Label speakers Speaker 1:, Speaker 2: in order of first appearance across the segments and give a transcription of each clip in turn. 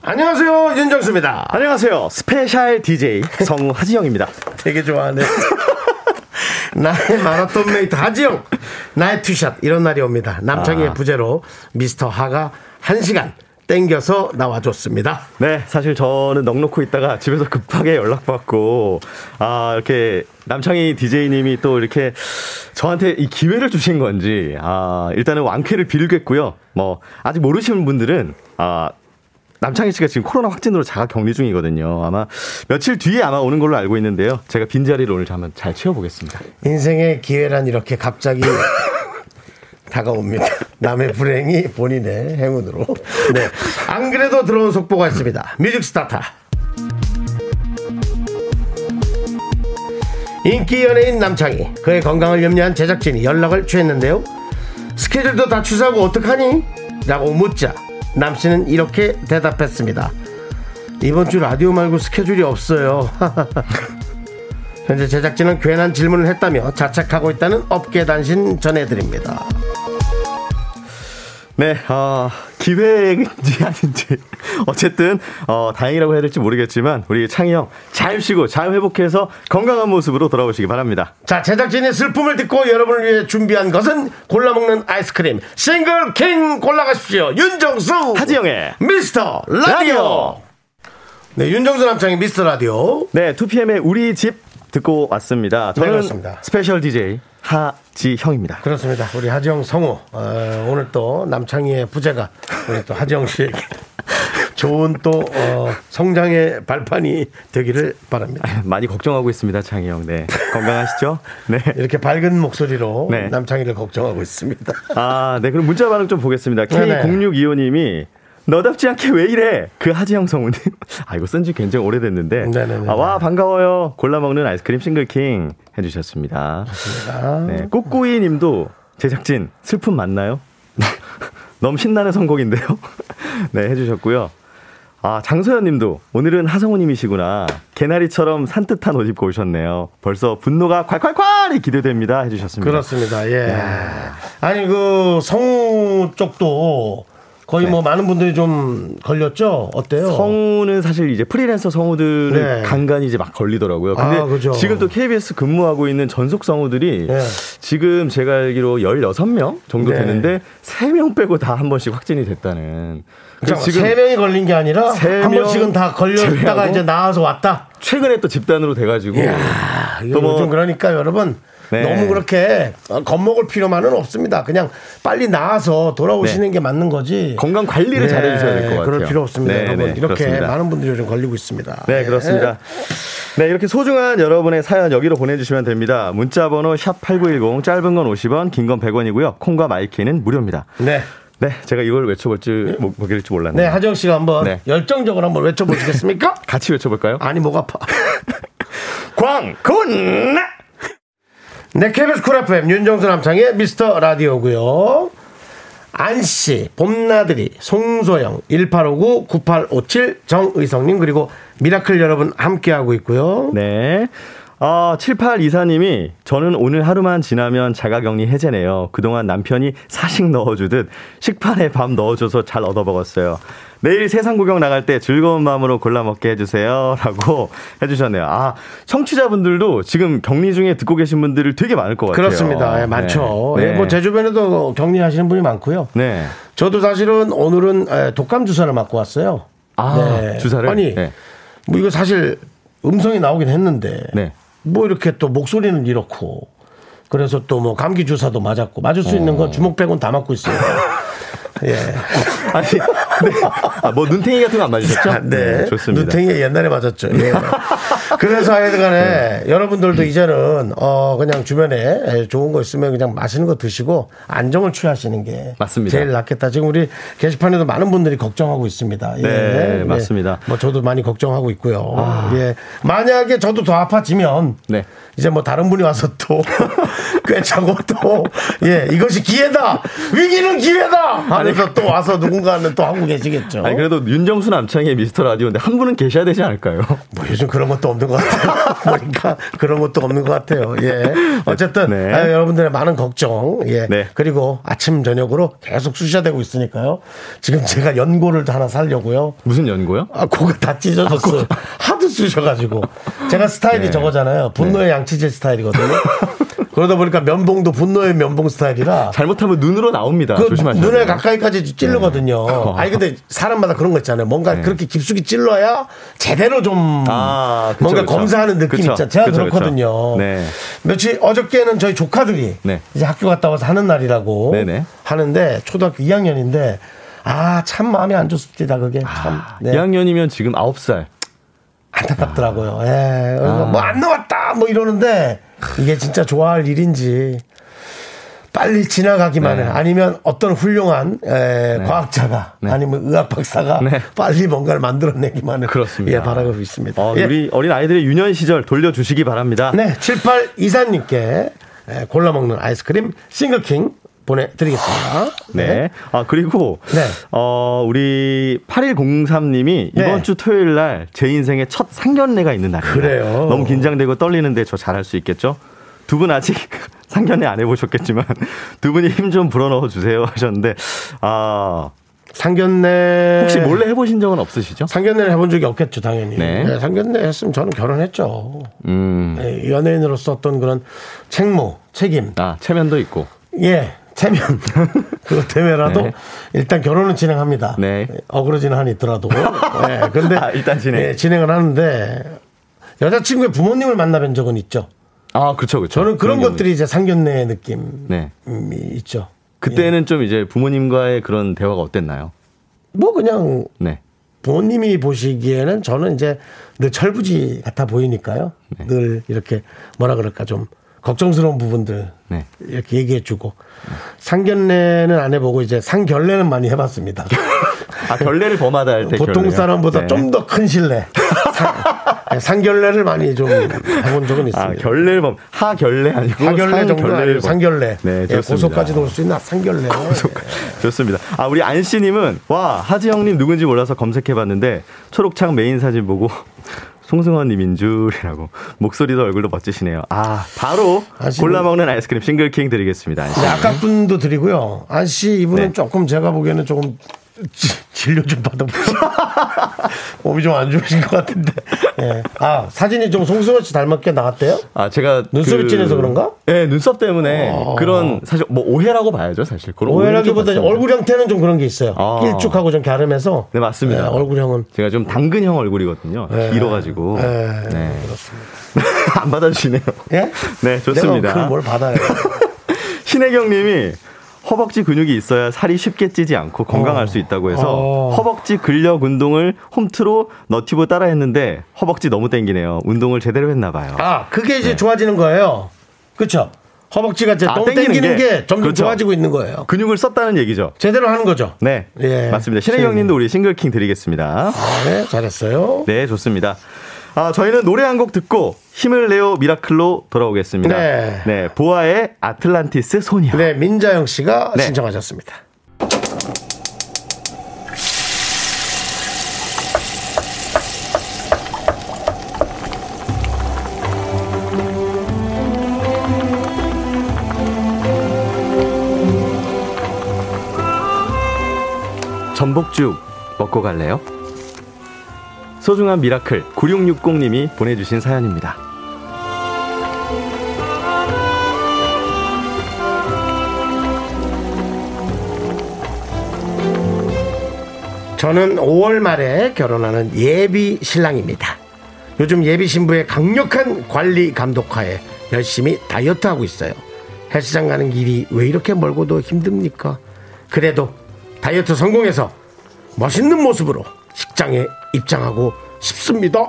Speaker 1: 안녕하세요 윤정수입니다.
Speaker 2: 안녕하세요. 스페셜 DJ 성하지영입니다.
Speaker 1: 되게 좋아하네. 나의 마라톤 메이트 하지영, 나의 투샷 이런 날이 옵니다. 남창희의
Speaker 2: 아.
Speaker 1: 부재로 미스터 하가 한 시간 땡겨서 나와줬습니다.
Speaker 2: 네, 사실 저는 넉넉고 있다가 집에서 급하게 연락받고, 아, 이렇게 남창희 DJ님이 또 이렇게 저한테 이 기회를 주신 건지, 아, 일단은 완쾌를 빌겠고요. 뭐, 아직 모르시는 분들은, 아, 남창희 씨가 지금 코로나 확진으로 자가 격리 중이거든요. 아마 며칠 뒤에 아마 오는 걸로 알고 있는데요. 제가 빈자리를 오늘 한번 잘 채워보겠습니다.
Speaker 1: 인생의 기회란 이렇게 갑자기 다가옵니다. 남의 불행이 본인의 행운으로. 네. 안 그래도 들어온 속보가 있습니다. 뮤직 스타터. 인기 연예인 남창희 그의 건강을 염려한 제작진이 연락을 취했는데요. 스케줄도 다 취소하고 어떡하니? 라고 묻자 남씨는 이렇게 대답했습니다. 이번 주 라디오 말고 스케줄이 없어요. 현재 제작진은 괜한 질문을 했다며 자책하고 있다는 업계 단신 전해드립니다.
Speaker 2: 네, 아, 기회인지 아닌지. 어쨌든, 어, 다행이라고 해야 될지 모르겠지만, 우리 창희 형, 잘 쉬고, 잘 회복해서 건강한 모습으로 돌아오시기 바랍니다.
Speaker 1: 자, 제작진의 슬픔을 듣고 여러분을 위해 준비한 것은 골라먹는 아이스크림 싱글 킹 골라가십시오. 윤정수
Speaker 2: 하지영의
Speaker 1: 미스터 라디오.
Speaker 2: 라디오.
Speaker 1: 네, 윤정수 남창의 미스터 라디오.
Speaker 2: 네, 2PM의 우리 집 듣고 왔습니다.
Speaker 1: 네,
Speaker 2: 저는
Speaker 1: 그렇습니다.
Speaker 2: 스페셜 DJ 하지형입니다.
Speaker 1: 그렇습니다. 우리 하지영 성우 어, 오늘 또 남창희의 부재가 우리 또 하지영 씨에게 좋은 또 어, 성장의 발판이 되기를 바랍니다.
Speaker 2: 많이 걱정하고 있습니다, 창희 형. 네. 건강하시죠? 네.
Speaker 1: 이렇게 밝은 목소리로
Speaker 2: 네.
Speaker 1: 남창희를 걱정하고 있습니다.
Speaker 2: 아, 네. 그럼 문자 반응 좀 보겠습니다.
Speaker 1: 네네.
Speaker 2: K0625님이 너답지 않게 왜 이래? 그 하지영 성우님. 아, 이거 쓴 지 굉장히 오래됐는데.
Speaker 1: 네네네.
Speaker 2: 아, 와, 반가워요. 골라먹는 아이스크림 싱글킹 해주셨습니다. 네. 꼬꼬이 님도 제작진 슬픔 맞나요? 너무 신나는 선곡인데요. 네, 해주셨고요. 아, 장소연 님도 오늘은 하성우 님이시구나. 개나리처럼 산뜻한 옷 입고 오셨네요. 벌써 분노가 콸콸콸이 기대됩니다. 해주셨습니다.
Speaker 1: 그렇습니다. 예. 아니 그 성우 쪽도 거의 뭐 많은 분들이 좀 걸렸죠. 어때요?
Speaker 2: 네. 성우는 사실 이제 프리랜서 성우들은
Speaker 1: 네.
Speaker 2: 간간히 이제 막 걸리더라고요. 근데
Speaker 1: 아, 그죠.
Speaker 2: 지금 또 KBS 근무하고 있는 전속 성우들이
Speaker 1: 네.
Speaker 2: 지금 제가 알기로 16명 정도
Speaker 1: 네.
Speaker 2: 되는데 3명 빼고 다 한 번씩 확진이 됐다는. 그래서
Speaker 1: 잠깐만, 그러니까 세 명이 걸린 게 아니라
Speaker 2: 세
Speaker 1: 한
Speaker 2: 명
Speaker 1: 번씩은 다 걸렸다가
Speaker 2: 제외하고?
Speaker 1: 이제 나와서 왔다.
Speaker 2: 최근에 또 집단으로 돼가지고
Speaker 1: 이야, 이거
Speaker 2: 또 뭐-
Speaker 1: 요즘 그러니까 여러분
Speaker 2: 네.
Speaker 1: 너무 그렇게 겁먹을 필요만은 없습니다. 그냥 빨리 나와서 돌아오시는 게 맞는 거지.
Speaker 2: 네. 건강 관리를
Speaker 1: 네,
Speaker 2: 잘해주셔야 될 것 같아요.
Speaker 1: 그럴 필요 없습니다,
Speaker 2: 네,
Speaker 1: 여러분.
Speaker 2: 네,
Speaker 1: 이렇게
Speaker 2: 그렇습니다.
Speaker 1: 많은 분들이 요즘 걸리고 있습니다.
Speaker 2: 네,
Speaker 1: 예.
Speaker 2: 그렇습니다. 네, 이렇게 소중한 여러분의 사연 여기로 보내주시면 됩니다. 문자번호 샵8910, 짧은 건 50원, 긴 건 100원이고요. 콩과 마이키는 무료입니다.
Speaker 1: 네.
Speaker 2: 네, 제가 이걸 외쳐볼 줄, 뭐, 보길 줄 몰랐네요.
Speaker 1: 네, 하정 씨가 한번
Speaker 2: 네.
Speaker 1: 열정적으로 한번 외쳐보시겠습니까?
Speaker 2: 같이 외쳐볼까요?
Speaker 1: 아니, 목 아파.
Speaker 2: 광군!
Speaker 1: 네, KBS 쿨 FM 윤정수 남창의 미스터 라디오고요. 안씨, 봄나들이, 송소영, 1859, 9857, 정의성님 그리고 미라클 여러분 함께하고 있고요.
Speaker 2: 네. 아, 7824님이 저는 오늘 하루만 지나면 자가격리 해제네요. 그동안 남편이 사식 넣어주듯 식판에 밥 넣어줘서 잘 얻어먹었어요. 내일 세상 구경 나갈 때 즐거운 마음으로 골라먹게 해주세요. 라고 해주셨네요. 아, 청취자분들도 지금 격리 중에 듣고 계신 분들을 되게 많을 것 같아요.
Speaker 1: 그렇습니다. 예, 많죠.
Speaker 2: 네.
Speaker 1: 예, 뭐제 주변에도 격리하시는 분이 많고요.
Speaker 2: 네.
Speaker 1: 저도 사실은 오늘은 에, 독감 주사를 맞고 왔어요.
Speaker 2: 아, 주사를?
Speaker 1: 아니,
Speaker 2: 네.
Speaker 1: 뭐 이거 사실 음성이 나오긴 했는데,
Speaker 2: 네.
Speaker 1: 뭐 이렇게 또 목소리는 이렇고, 그래서 또 뭐 감기 주사도 맞았고, 맞을 수 있는
Speaker 2: 어.
Speaker 1: 건 주먹 빼곤 다 맞고 있어요. 예.
Speaker 2: 아니, 네. 아, 뭐 눈탱이 같은 거 안 맞으셨죠?
Speaker 1: 네.
Speaker 2: 좋습니다.
Speaker 1: 누탱이 옛날에 맞았죠. 예. 그래서 하여튼간에 여러분들도 이제는 어 그냥 주변에 좋은 거 있으면 그냥 맛있는 거 드시고 안정을 취하시는 게
Speaker 2: 맞습니다.
Speaker 1: 제일 낫겠다. 지금 우리 게시판에도 많은 분들이 걱정하고 있습니다. 예.
Speaker 2: 네,
Speaker 1: 예.
Speaker 2: 맞습니다. 아.
Speaker 1: 뭐 저도 많이 걱정하고 있고요. 예 만약에 저도 더 아파지면
Speaker 2: 네.
Speaker 1: 이제 뭐 다른 분이 와서 또 꿰차고 또 예 이것이 기회다 위기는 기회다 하면서 또 와서 누군가는 또 하고 계시겠죠.
Speaker 2: 그 아니 그래도 윤정수 남창의 미스터 라디오인데 한 분은 계셔야 되지 않을까요?
Speaker 1: 뭐 요즘 그런 것도 없는 것 같아요. 보니까 그런 것도 없는 것 같아요. 예. 어쨌든
Speaker 2: 네.
Speaker 1: 아유, 여러분들의 많은 걱정, 예.
Speaker 2: 네.
Speaker 1: 그리고 아침 저녁으로 계속 수시화되고 있으니까요. 지금 제가 연고를 하나 살려고요.
Speaker 2: 무슨 연고요?
Speaker 1: 아, 고가 다 찢어졌어요. 하도 쑤셔가지고. 제가 스타일이
Speaker 2: 아, 네.
Speaker 1: 저거잖아요. 분노의 양치질 스타일이거든요. 그러다 보니까 면봉도 분노의 면봉 스타일이라
Speaker 2: 잘못하면 눈으로 나옵니다.
Speaker 1: 그
Speaker 2: 조심하세요.
Speaker 1: 눈에 가까이까지 찔르거든요.
Speaker 2: 네.
Speaker 1: 아니 근데 사람마다 그런 거 있잖아요. 뭔가
Speaker 2: 네.
Speaker 1: 그렇게 깊숙이 찔러야 제대로 좀
Speaker 2: 아, 그쵸,
Speaker 1: 뭔가
Speaker 2: 그쵸.
Speaker 1: 검사하는 느낌
Speaker 2: 그쵸,
Speaker 1: 있잖아요. 제가
Speaker 2: 그쵸,
Speaker 1: 그렇거든요
Speaker 2: 그쵸. 네.
Speaker 1: 며칠 어저께는 저희 조카들이
Speaker 2: 네.
Speaker 1: 이제 학교 갔다 와서 하는 날이라고
Speaker 2: 네네.
Speaker 1: 하는데 초등학교 2학년인데 아 참 마음이 안 좋습니다. 그게 참
Speaker 2: 아,
Speaker 1: 네.
Speaker 2: 2학년이면 지금 9살.
Speaker 1: 안타깝더라고요. 예.
Speaker 2: 아.
Speaker 1: 뭐 안 나왔다 뭐 이러는데 이게 진짜 좋아할 일인지 빨리 지나가기만
Speaker 2: 네.
Speaker 1: 해. 아니면 어떤 훌륭한 에, 과학자가 아니면 의학 박사가
Speaker 2: 네.
Speaker 1: 빨리 뭔가를 만들어내기만 해.
Speaker 2: 그렇습니다.
Speaker 1: 예, 바라고 있습니다.
Speaker 2: 어,
Speaker 1: 예.
Speaker 2: 우리 어린 아이들의 유년 시절 돌려주시기 바랍니다.
Speaker 1: 네, 78 이사님께 에, 골라 먹는 아이스크림 싱글킹 보내드리겠습니다.
Speaker 2: 네. 아, 그리고,
Speaker 1: 네.
Speaker 2: 어, 우리 8103님이
Speaker 1: 네.
Speaker 2: 이번 주 토요일 날 제 인생의 첫 상견례가 있는 날입니다.
Speaker 1: 그래요.
Speaker 2: 너무 긴장되고 떨리는데 저 잘할 수 있겠죠? 두 분 아직 상견례 안 해보셨겠지만 두 분이 힘 좀 불어넣어 주세요 하셨는데, 아,
Speaker 1: 상견례
Speaker 2: 혹시 몰래 해보신 적은 없으시죠?
Speaker 1: 상견례를 해본 적이 없겠죠, 당연히.
Speaker 2: 네.
Speaker 1: 네, 상견례 했으면 저는 결혼했죠.
Speaker 2: 음.
Speaker 1: 예, 연예인으로서 어떤 그런 책무, 책임,
Speaker 2: 아, 체면도 있고.
Speaker 1: 예, 체면 그거 때문에라도
Speaker 2: 네.
Speaker 1: 일단 결혼은 진행합니다.
Speaker 2: 네.
Speaker 1: 예, 어그러지는 한이 있더라도. 예, 근데
Speaker 2: 아, 일단 진행.
Speaker 1: 예, 진행을 하는데 여자친구의 부모님을 만나뵌 적은 있죠.
Speaker 2: 아, 그렇죠, 그렇죠.
Speaker 1: 저는 그런 것들이 이제 상견례의 느낌이
Speaker 2: 네.
Speaker 1: 있죠.
Speaker 2: 그때는 좀 이제 부모님과의 그런 대화가 어땠나요?
Speaker 1: 뭐 그냥
Speaker 2: 네.
Speaker 1: 부모님이 보시기에는 저는 이제 늘 철부지 같아 보이니까요.
Speaker 2: 네.
Speaker 1: 늘 이렇게 뭐라 그럴까 좀 걱정스러운 부분들
Speaker 2: 네.
Speaker 1: 이렇게 얘기해주고 상견례는 안 해보고 이제 상결례는 많이 해봤습니다.
Speaker 2: 아, 결례를 범하다 할 때.
Speaker 1: 보통
Speaker 2: 결례요?
Speaker 1: 사람보다
Speaker 2: 네.
Speaker 1: 좀 더 큰 신뢰. 상, 상결례를 많이 좀 해본 적은
Speaker 2: 아,
Speaker 1: 있습니다.
Speaker 2: 결례범 하결례 아니고
Speaker 1: 하결례 정도 아니고
Speaker 2: 상결례범.
Speaker 1: 상결례.
Speaker 2: 네,
Speaker 1: 예,
Speaker 2: 좋습니다.
Speaker 1: 고소까지도 올 수 있나 상결례.
Speaker 2: 좋습니다. 아, 우리 안 씨님은 와 하지영님 누군지 몰라서 검색해봤는데 초록창 메인 사진 보고 송승헌님인 줄이라고 목소리도 얼굴도 멋지시네요. 아, 바로
Speaker 1: 아, 지금-
Speaker 2: 골라 먹는 아이스크림 싱글킹 드리겠습니다. 안 씨.
Speaker 1: 네, 아까 분도 드리고요. 안씨 이분은
Speaker 2: 네.
Speaker 1: 조금 제가 보기에는 조금 지- 진료 좀 받아보세요. 몸이 좀 안 좋으신 것 같은데. 예. 아 사진이 좀 송승헌 씨 닮았게 나왔대요?
Speaker 2: 아, 제가
Speaker 1: 눈썹이 진해서 그런가?
Speaker 2: 네, 눈썹 때문에
Speaker 1: 어.
Speaker 2: 그런 사실 뭐 오해라고 봐야죠, 사실. 그런 오해를 좀
Speaker 1: 오해라기보다
Speaker 2: 봤었는데.
Speaker 1: 얼굴 형태는 좀 그런 게 있어요.
Speaker 2: 아.
Speaker 1: 길쭉하고 좀 갸름해서.
Speaker 2: 네, 맞습니다.
Speaker 1: 예, 얼굴형은
Speaker 2: 제가 좀 당근형 얼굴이거든요.
Speaker 1: 예.
Speaker 2: 길어가지고.
Speaker 1: 예,
Speaker 2: 네. 안 받아주시네요.
Speaker 1: 예?
Speaker 2: 네, 좋습니다.
Speaker 1: 내가 그걸 뭘 받아요?
Speaker 2: 신혜경 님이 허벅지 근육이 있어야 살이 쉽게 찌지 않고 건강할 수 있다고 해서
Speaker 1: 어.
Speaker 2: 허벅지 근력 운동을 홈트로 너티브 따라 했는데 허벅지 너무 땡기네요. 운동을 제대로 했나 봐요.
Speaker 1: 아, 그게 이제 좋아지는 거예요. 그렇죠. 허벅지가 이제
Speaker 2: 네. 아,
Speaker 1: 똥
Speaker 2: 땡기는
Speaker 1: 땡기는 게,
Speaker 2: 게
Speaker 1: 점점
Speaker 2: 그렇죠.
Speaker 1: 좋아지고 있는 거예요.
Speaker 2: 근육을 썼다는 얘기죠.
Speaker 1: 제대로 하는 거죠.
Speaker 2: 네.
Speaker 1: 예.
Speaker 2: 맞습니다. 신혜경 님도 우리 싱글킹 드리겠습니다.
Speaker 1: 아, 네, 잘했어요.
Speaker 2: 네, 좋습니다. 아, 저희는 노래 한 곡 듣고 힘을 내요 미라클로 돌아오겠습니다.
Speaker 1: 네.
Speaker 2: 보아의 아틀란티스 소녀.
Speaker 1: 네, 민자영 씨가
Speaker 2: 네.
Speaker 1: 신청하셨습니다.
Speaker 2: 전복죽 먹고 갈래요? 소중한 미라클 9660님이 보내주신 사연입니다.
Speaker 1: 저는 5월 말에 결혼하는 예비 신랑입니다. 요즘 예비 신부의 강력한 관리 감독하에 열심히 다이어트하고 있어요. 헬스장 가는 길이 왜 이렇게 멀고도 힘듭니까? 그래도 다이어트 성공해서 멋있는 모습으로 식장에 입장하고 싶습니다.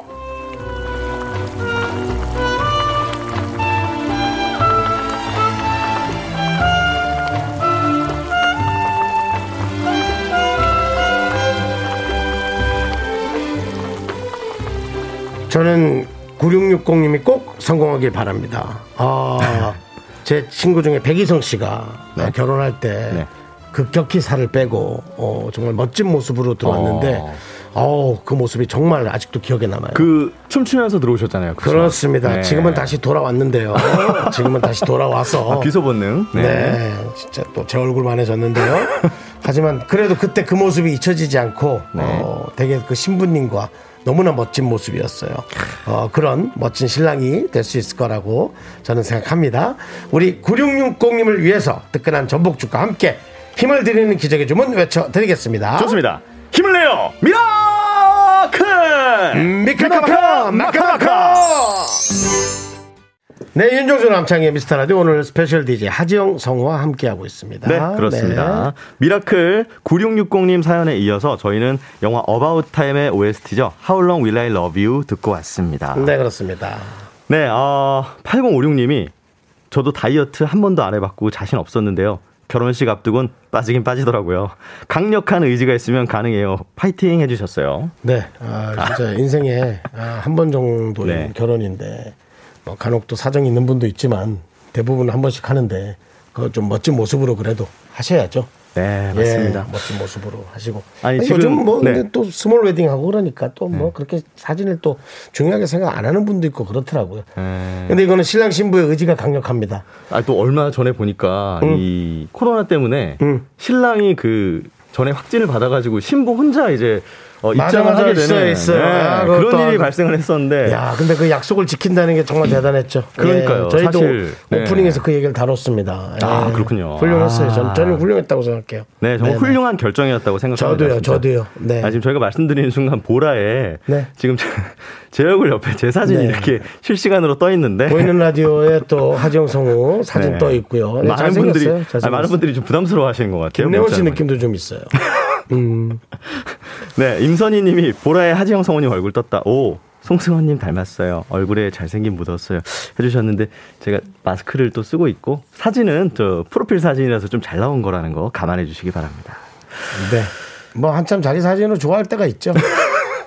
Speaker 1: 저는 9660님이 꼭 성공하길 바랍니다. 아, 제 친구 중에 백이성 씨가
Speaker 2: 네.
Speaker 1: 결혼할 때
Speaker 2: 네.
Speaker 1: 급격히 살을 빼고 어, 정말 멋진 모습으로 들어왔는데
Speaker 2: 어.
Speaker 1: 어, 그 모습이 정말 아직도 기억에 남아요.
Speaker 2: 그 춤추면서 들어오셨잖아요. 그죠?
Speaker 1: 그렇습니다.
Speaker 2: 네.
Speaker 1: 지금은 다시 돌아왔는데요. 지금은 다시 돌아와서
Speaker 2: 아, 비소 본능.
Speaker 1: 네. 진짜 또 제 얼굴만 해졌는데요. 하지만 그래도 그때 그 모습이 잊혀지지 않고
Speaker 2: 네.
Speaker 1: 어, 되게 그 신부님과 너무나 멋진 모습이었어요. 어, 그런 멋진 신랑이 될 수 있을 거라고 저는 생각합니다. 우리 9660님을 위해서 뜨끈한 전복죽과 함께 힘을 드리는 기적의 주문 외쳐드리겠습니다.
Speaker 2: 좋습니다. 힘을 내요. 미라클.
Speaker 1: 음. 미카마카 마카마카 네 윤종수 남창의 미스터라디오 오늘 스페셜 DJ 하지영 성우와 함께하고 있습니다
Speaker 2: 네, 그렇습니다. 미라클 9660님 사연에 이어서 저희는 영화 어바웃 타임의 OST죠. How long will I love you 듣고 왔습니다.
Speaker 1: 네, 네, 그렇습니다
Speaker 2: 네, 어, 8056님이 저도 다이어트 한 번도 안 해봤고 자신 없었는데요. 결혼식 앞두곤 빠지긴 빠지더라고요. 강력한 의지가 있으면 가능해요. 파이팅 해주셨어요.
Speaker 1: 네 아, 진짜 인생에 아, 한 번 정도인
Speaker 2: 네.
Speaker 1: 결혼인데 뭐 간혹 또 사정이 있는 분도 있지만 대부분 한 번씩 하는데 그거 좀 멋진 모습으로 그래도 하셔야죠
Speaker 2: 네,
Speaker 1: 예,
Speaker 2: 맞습니다.
Speaker 1: 멋진 모습으로 하시고.
Speaker 2: 아니,
Speaker 1: 아니,
Speaker 2: 지금-
Speaker 1: 요즘 뭐
Speaker 2: 네.
Speaker 1: 근데 또 스몰 웨딩 하고 그러니까 또 뭐 그렇게 사진을 또 중요하게 생각 안 하는 분도 있고 그렇더라고요.
Speaker 2: 네.
Speaker 1: 근데 이거는 신랑 신부의 의지가 강력합니다.
Speaker 2: 아, 또 얼마 전에 보니까 이 코로나 때문에
Speaker 1: 음.
Speaker 2: 신랑이 그 전에 확진을 받아가지고 신부 혼자 이제 어,
Speaker 1: 맞아,
Speaker 2: 입장을
Speaker 1: 맞아.
Speaker 2: 하게
Speaker 1: 있어요,
Speaker 2: 되는
Speaker 1: 있어요.
Speaker 2: 네,
Speaker 1: 아, 그것도
Speaker 2: 그런 일이
Speaker 1: 아,
Speaker 2: 발생을 했었는데
Speaker 1: 야, 근데 그 약속을 지킨다는 게 정말 대단했죠.
Speaker 2: 예. 그러니까요,
Speaker 1: 예, 저희도
Speaker 2: 사실. 네.
Speaker 1: 오프닝에서 그 얘기를 다뤘습니다.
Speaker 2: 아,
Speaker 1: 예,
Speaker 2: 그렇군요.
Speaker 1: 훌륭했어요.
Speaker 2: 아.
Speaker 1: 전, 저는 훌륭했다고 생각해요.
Speaker 2: 네, 정말
Speaker 1: 네, 네.
Speaker 2: 훌륭한 결정이었다고 생각합니다.
Speaker 1: 저도요,
Speaker 2: 진짜.
Speaker 1: 저도요. 네.
Speaker 2: 아, 지금 저희가 말씀드리는 순간 보라에
Speaker 1: 네.
Speaker 2: 지금 제, 제 얼굴 옆에 제 사진이
Speaker 1: 네.
Speaker 2: 이렇게 실시간으로 떠 있는데
Speaker 1: 보이는 라디오에 또 하지영 성우 사진
Speaker 2: 네.
Speaker 1: 떠 있고요. 네,
Speaker 2: 많은
Speaker 1: 잘생겼어요.
Speaker 2: 분들이
Speaker 1: 잘생겼어요.
Speaker 2: 아, 많은 분들이 좀 부담스러워하시는 것 같아요.
Speaker 1: 김래원 씨
Speaker 2: 문자로.
Speaker 1: 느낌도 좀 있어요.
Speaker 2: 네, 임선희님이 보라에 하지영 성우님 얼굴 떴다. 오, 송승헌님 닮았어요. 얼굴에 잘생긴 묻었어요. 해주셨는데 제가 마스크를 또 쓰고 있고 사진은 저 프로필 사진이라서 좀 잘 나온 거라는 거 감안해 주시기 바랍니다.
Speaker 1: 네. 뭐 한참 자기 사진을 좋아할 때가 있죠.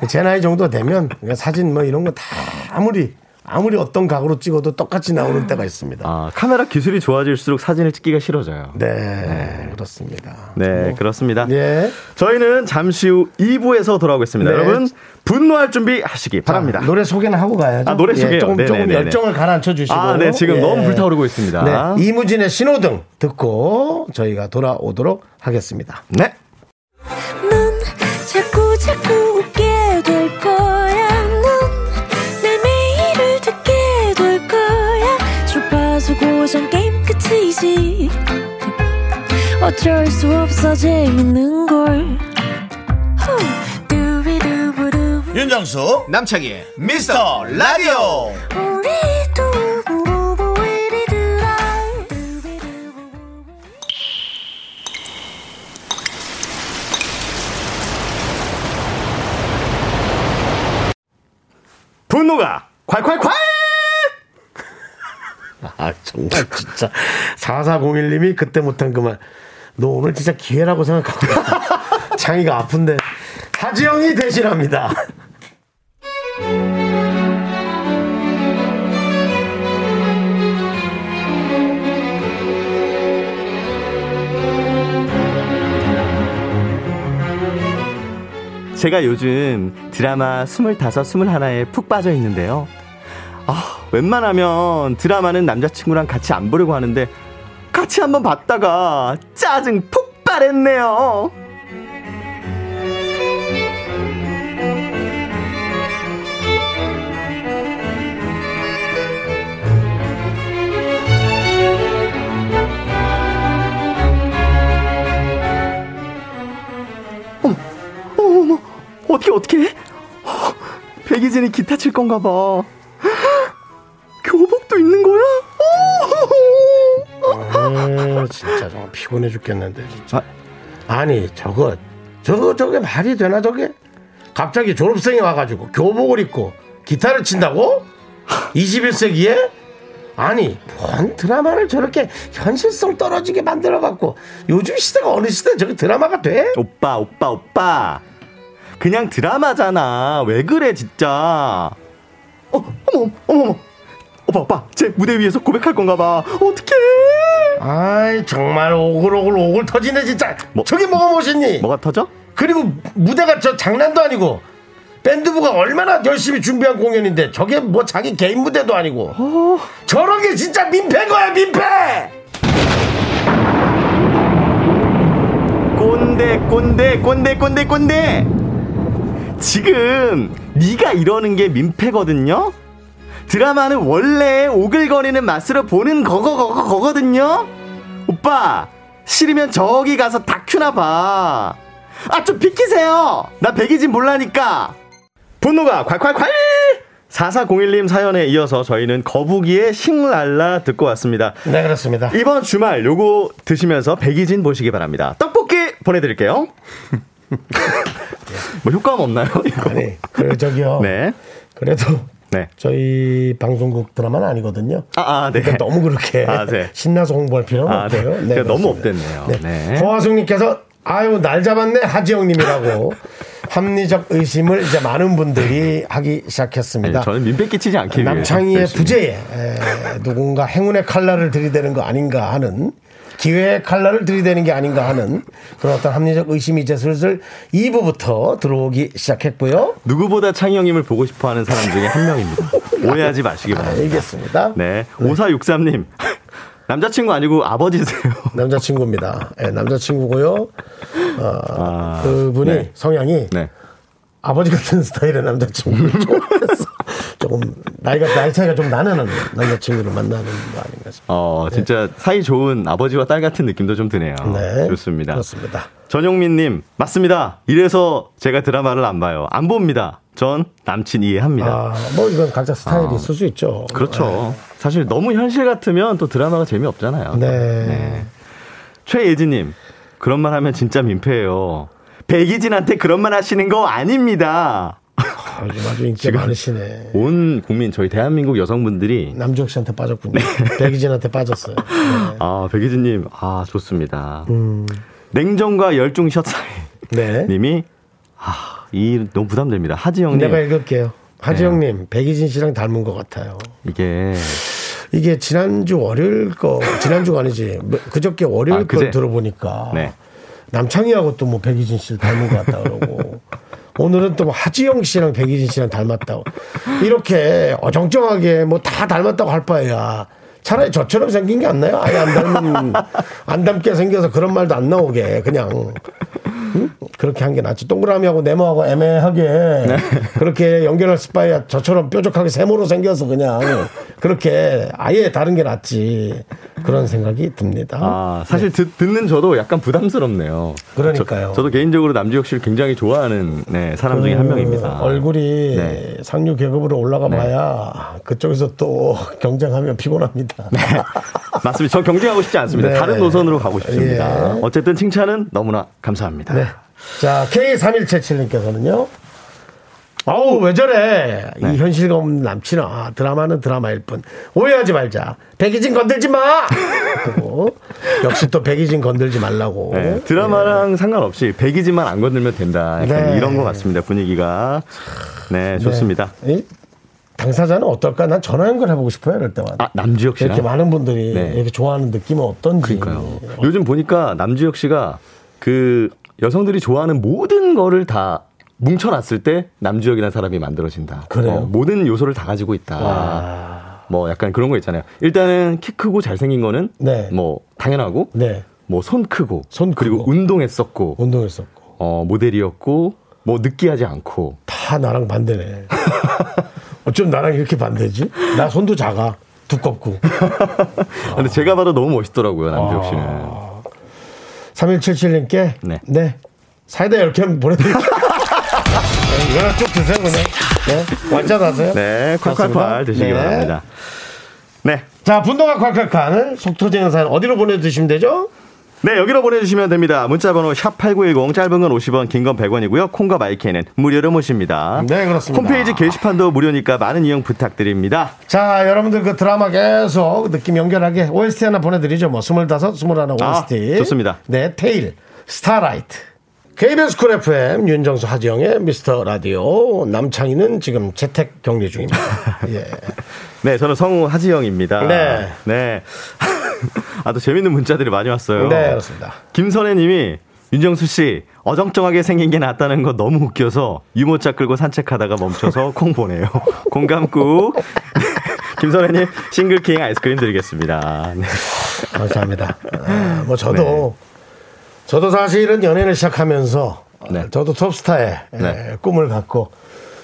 Speaker 1: 제 나이 정도 되면 그냥 사진 뭐 이런 거 다 아무리 아무리 어떤 각으로 찍어도 똑같이 나오는 때가 있습니다.
Speaker 2: 아, 카메라 기술이 좋아질수록 사진을 찍기가 싫어져요.
Speaker 1: 네, 그렇습니다.
Speaker 2: 네, 그렇습니다.
Speaker 1: 예.
Speaker 2: 저희는 잠시 후 2부에서 돌아오겠습니다.
Speaker 1: 네.
Speaker 2: 여러분, 분노할 준비 하시기 바랍니다.
Speaker 1: 자, 아, 노래 소개는 하고 가야죠.
Speaker 2: 아, 노래
Speaker 1: 예,
Speaker 2: 소개요?
Speaker 1: 조금
Speaker 2: 네네네네.
Speaker 1: 조금 열정을 가라앉혀 주시고. 예.
Speaker 2: 아, 네, 지금 너무 불타오르고 있습니다.
Speaker 1: 네, 이무진의 신호등 듣고 저희가 돌아오도록 하겠습니다.
Speaker 2: 네.
Speaker 3: 넌 자꾸 자꾸 웃게 될 거야. 넌내 매일을 듣게 될 거야. 주파수 고정 게임 끝이지. 어쩔 수 없어 재밌는 걸. 후. 두비두부두.
Speaker 4: 윤정수 남창희의 미스터 라디오
Speaker 3: 우리 두부부부 우리 두라. 두비두부부.
Speaker 2: 분노가 콸콸콸!
Speaker 1: 아 정말 진짜 4401님이 그때 못한 그 말 너 오늘 진짜 기회라고 생각하고 있다. 창이가 아픈데 하지영이 대신합니다
Speaker 2: 제가 요즘 드라마 25, 21에 푹 빠져 있는데요. 아, 웬만하면 드라마는 남자친구랑 같이 안 보려고 하는데 같이 한번 봤다가 짜증 폭발했네요. 어머, 어떻게 어떻게? 어, 백이진이 기타 칠 건가 봐. 교복도 있는 거야? 어!
Speaker 1: 아, 진짜 정말 피곤해 죽겠는데 진짜
Speaker 2: 아.
Speaker 1: 아니 저거 저거 저게 말이 되나 저게 갑자기 졸업생이 와가지고 교복을 입고 기타를 친다고 21세기에 아니 뭔 드라마를 저렇게 현실성 떨어지게 만들어갖고 요즘 시대가 어느 시대 저게 드라마가 돼?
Speaker 2: 오빠, 오빠, 오빠. 그냥 드라마잖아. 왜 그래, 진짜. 어, 어머, 어머, 어머. 오빠, 오빠, 제 무대 위에서 고백할 건가 봐. 어떡해.
Speaker 1: 아이 정말 오글오글 오글 터지네 진짜.
Speaker 2: 뭐-
Speaker 1: 저게 뭐가 멋있니?
Speaker 2: 뭐가 터져?
Speaker 1: 그리고 무대가 저 장난도 아니고 밴드부가 얼마나 열심히 준비한 공연인데 저게 뭐 자기 개인 무대도 아니고 저런 게 진짜 민폐인 네, 거야 민폐.
Speaker 2: 꼰대, 꼰대, 꼰대, 꼰대, 꼰대. 지금 네가 이러는 게 민폐거든요. 드라마는 원래 오글거리는 맛으로 보는 거거 거거 거거든요. 오빠 싫으면 저기 가서 다큐나 봐. 아 좀 비키세요. 나 백이진 몰라니까. 분노가 콸콸콸! 4401님 사연에 이어서 저희는 거북이의 싱랄라 듣고 왔습니다.
Speaker 1: 네 그렇습니다.
Speaker 2: 이번 주말 요거 드시면서 백이진 보시기 바랍니다. 떡볶이 보내드릴게요. 뭐 효과음 없나요? 이거?
Speaker 1: 아니 그 저기요.
Speaker 2: 네.
Speaker 1: 그래도
Speaker 2: 네.
Speaker 1: 저희 방송국 드라마는 아니거든요.
Speaker 2: 아, 아, 네.
Speaker 1: 그러니까 너무 그렇게
Speaker 2: 아, 네.
Speaker 1: 신나서 홍보할 필요는
Speaker 2: 아, 네.
Speaker 1: 없대요.
Speaker 2: 제가 너무 없댔네요. 네.
Speaker 1: 허화숙님께서 아유 날 잡았네 하지영님이라고 합리적 의심을 이제 많은 분들이 하기
Speaker 2: 아니,
Speaker 1: 시작했습니다.
Speaker 2: 저는 민폐 끼치지 않기 위해.
Speaker 1: 남창희의 부재에 에, 누군가 행운의 칼날을 들이대는 거 아닌가 하는 기회의 칼날을 들이대는 게 아닌가 하는 그런 어떤 합리적 의심이 이제 슬슬 2부부터 들어오기 시작했고요.
Speaker 2: 누구보다 창희 형님을 보고 싶어 하는 사람 중에 한 명입니다. 오해하지 마시기 바랍니다.
Speaker 1: 아, 알겠습니다.
Speaker 2: 네. 5463님. 남자친구 아니고 아버지세요.
Speaker 1: 남자친구입니다. 예, 남자친구고요. 어,
Speaker 2: 아,
Speaker 1: 그분이
Speaker 2: 네.
Speaker 1: 성향이
Speaker 2: 네.
Speaker 1: 아버지 같은 스타일의 남자친구를 좋아해서 조금 나이가 나이 차이가 좀 나는 남자친구를 만나는 거 아닌가 싶어요.
Speaker 2: 어, 진짜 사이 좋은 아버지와 딸 같은 느낌도 좀 드네요.
Speaker 1: 네.
Speaker 2: 아, 좋습니다.
Speaker 1: 그렇습니다.
Speaker 2: 전용민님, 맞습니다. 이래서 제가 드라마를 안 봐요. 안 봅니다. 전 남친 이해합니다.
Speaker 1: 아, 뭐 이건 각자 스타일이 있을 수 있죠.
Speaker 2: 아, 그렇죠. 사실 너무 현실 같으면 또 드라마가 재미없잖아요.
Speaker 1: 네.
Speaker 2: 최예진님, 그런 말 하면 진짜 민폐예요. 백이진한테 그런 말 하시는 거 아닙니다.
Speaker 1: 아, 요즘 아주 인기 가 많으시네.
Speaker 2: 온 국민, 저희 대한민국 여성분들이
Speaker 1: 남주혁 씨한테 빠졌군요. 백이진한테 빠졌어요.
Speaker 2: 아, 백이진님, 아, 좋습니다.
Speaker 1: 음.
Speaker 2: 냉정과 열중 샷 사이.
Speaker 1: 네. 네.
Speaker 2: 님이 아, 이 너무 부담됩니다. 하지영님
Speaker 1: 내가 읽을게요. 하지영님, 백이진 씨랑 닮은 것 같아요.
Speaker 2: 이게
Speaker 1: 이게 지난주 월요일 거, 지난주가 아니지. 그저께 월요일
Speaker 2: 아,
Speaker 1: 걸
Speaker 2: 그제?
Speaker 1: 들어보니까.
Speaker 2: 네.
Speaker 1: 남창희하고 또 뭐 백이진 씨를 닮은 것 같다 그러고. 오늘은 또뭐 하지영 씨랑 백이진 씨랑 닮았다고. 이렇게 어정쩡하게 뭐 다 닮았다고 할 바에야. 차라리 저처럼 생긴 게 안 나요? 아예 안 닮은, 안 닮게 생겨서 그런 말도 안 나오게. 그냥. 응? 그렇게 한 게 낫지. 동그라미하고 네모하고 애매하게 그렇게 연결할 스파이야 저처럼 뾰족하게 세모로 생겨서 그냥 그렇게 아예 다른 게 낫지. 그런 생각이 듭니다.
Speaker 2: 아 사실 듣, 듣는 저도 약간 부담스럽네요.
Speaker 1: 네. 그러니까요.
Speaker 2: 저, 도 개인적으로 남주혁 씨를 굉장히 좋아하는 네, 사람 중에 한
Speaker 1: 그
Speaker 2: 명입니다.
Speaker 1: 얼굴이
Speaker 2: 네.
Speaker 1: 상류 계급으로 올라가 봐야 그쪽에서 또 경쟁하면 피곤합니다.
Speaker 2: 맞습니다. 전 경쟁하고 싶지 않습니다.
Speaker 1: 네.
Speaker 2: 다른 노선으로 가고 싶습니다.
Speaker 1: 예.
Speaker 2: 어쨌든 칭찬은 너무나 감사합니다.
Speaker 1: 네. 자, K3177님께서는요. 아우, 왜 저래?
Speaker 2: 네.
Speaker 1: 이 현실감 없는 남친아. 드라마는 드라마일 뿐. 오해하지 말자. 백이진 건들지 마! 그리고 역시 또 백이진 건들지 말라고.
Speaker 2: 네, 드라마랑 상관없이 백이지만 안 건들면 된다. 약간
Speaker 1: 네.
Speaker 2: 이런 것 같습니다. 분위기가 네
Speaker 1: 네.
Speaker 2: 좋습니다.
Speaker 1: 이 당사자는 어떨까? 난 전화 연결해보고 싶어요, 이럴 때마다.
Speaker 2: 아 남주혁 씨랑
Speaker 1: 이렇게 많은 분들이
Speaker 2: 네.
Speaker 1: 이렇게 좋아하는 느낌은 어떤지.
Speaker 2: 그러니까요.
Speaker 1: 네.
Speaker 2: 요즘 보니까 남주혁 씨가 그 여성들이 좋아하는 모든 거를 다 뭉쳐놨을 때 남주혁이라는 사람이 만들어진다.
Speaker 1: 그래요?
Speaker 2: 어, 모든 요소를 다 가지고 있다.
Speaker 1: 아,
Speaker 2: 뭐 약간 그런 거 있잖아요. 일단은 키 크고 잘생긴 거는
Speaker 1: 네.
Speaker 2: 뭐 당연하고
Speaker 1: 네.
Speaker 2: 뭐 손 크고
Speaker 1: 손
Speaker 2: 그리고
Speaker 1: 크고.
Speaker 2: 운동했었고
Speaker 1: 운동했었고.
Speaker 2: 어 모델이었고 뭐 느끼하지 않고
Speaker 1: 다 나랑 반대네. 어쩜 나랑 이렇게 반대지? 나 손도 작아. 두껍고.
Speaker 2: 근데 제가 봐도 너무 멋있더라고요 남주혁 씨는
Speaker 1: 아. 3177님께
Speaker 2: 네.
Speaker 1: 네. 사이다 10개 보내드릴게요. 네, 이거나 쭉 드세요, 그냥. 네. 완자 하세요.
Speaker 2: 네
Speaker 1: 그렇습니다.
Speaker 2: 콸콸콸 드시기
Speaker 1: 네.
Speaker 2: 바랍니다 네
Speaker 1: 자, 분노가 콸콸콸은 속 터지는 사연 어디로 보내주시면 되죠?
Speaker 2: 네, 여기로 보내주시면 됩니다. 문자번호 샵8910, 짧은 건 50원, 긴 건 100원이고요. 콩과 마이크는 무료로 모십니다.
Speaker 1: 네, 그렇습니다.
Speaker 2: 홈페이지 게시판도 무료니까 많은 이용 부탁드립니다.
Speaker 1: 자, 여러분들 그 드라마 계속 느낌 연결하게
Speaker 2: 아,
Speaker 1: OST 하나 보내드리죠. 뭐, 25, 21 OST.
Speaker 2: 좋습니다.
Speaker 1: 네, 테일, 스타라이트. KBS 쿨 FM 윤정수 하지영의 미스터 라디오 남창희는 지금 재택 격리 중입니다. 예.
Speaker 2: 네, 저는 성우 하지영입니다.
Speaker 1: 네.
Speaker 2: 네. 아, 또 재밌는 문자들이 많이 왔어요.
Speaker 1: 네, 그렇습니다.
Speaker 2: 김선혜 님이 윤정수 씨, 어정쩡하게 생긴 게 낫다는 거 너무 웃겨서 유모차 끌고 산책하다가 멈춰서 콩 보내요. 공감구. 김선혜 님, 싱글킹 아이스크림 드리겠습니다. 네.
Speaker 1: 감사합니다. 아, 뭐 저도 저도 사실은 연애를 시작하면서 어,
Speaker 2: 네.
Speaker 1: 저도 톱스타의
Speaker 2: 네.
Speaker 1: 에, 꿈을 갖고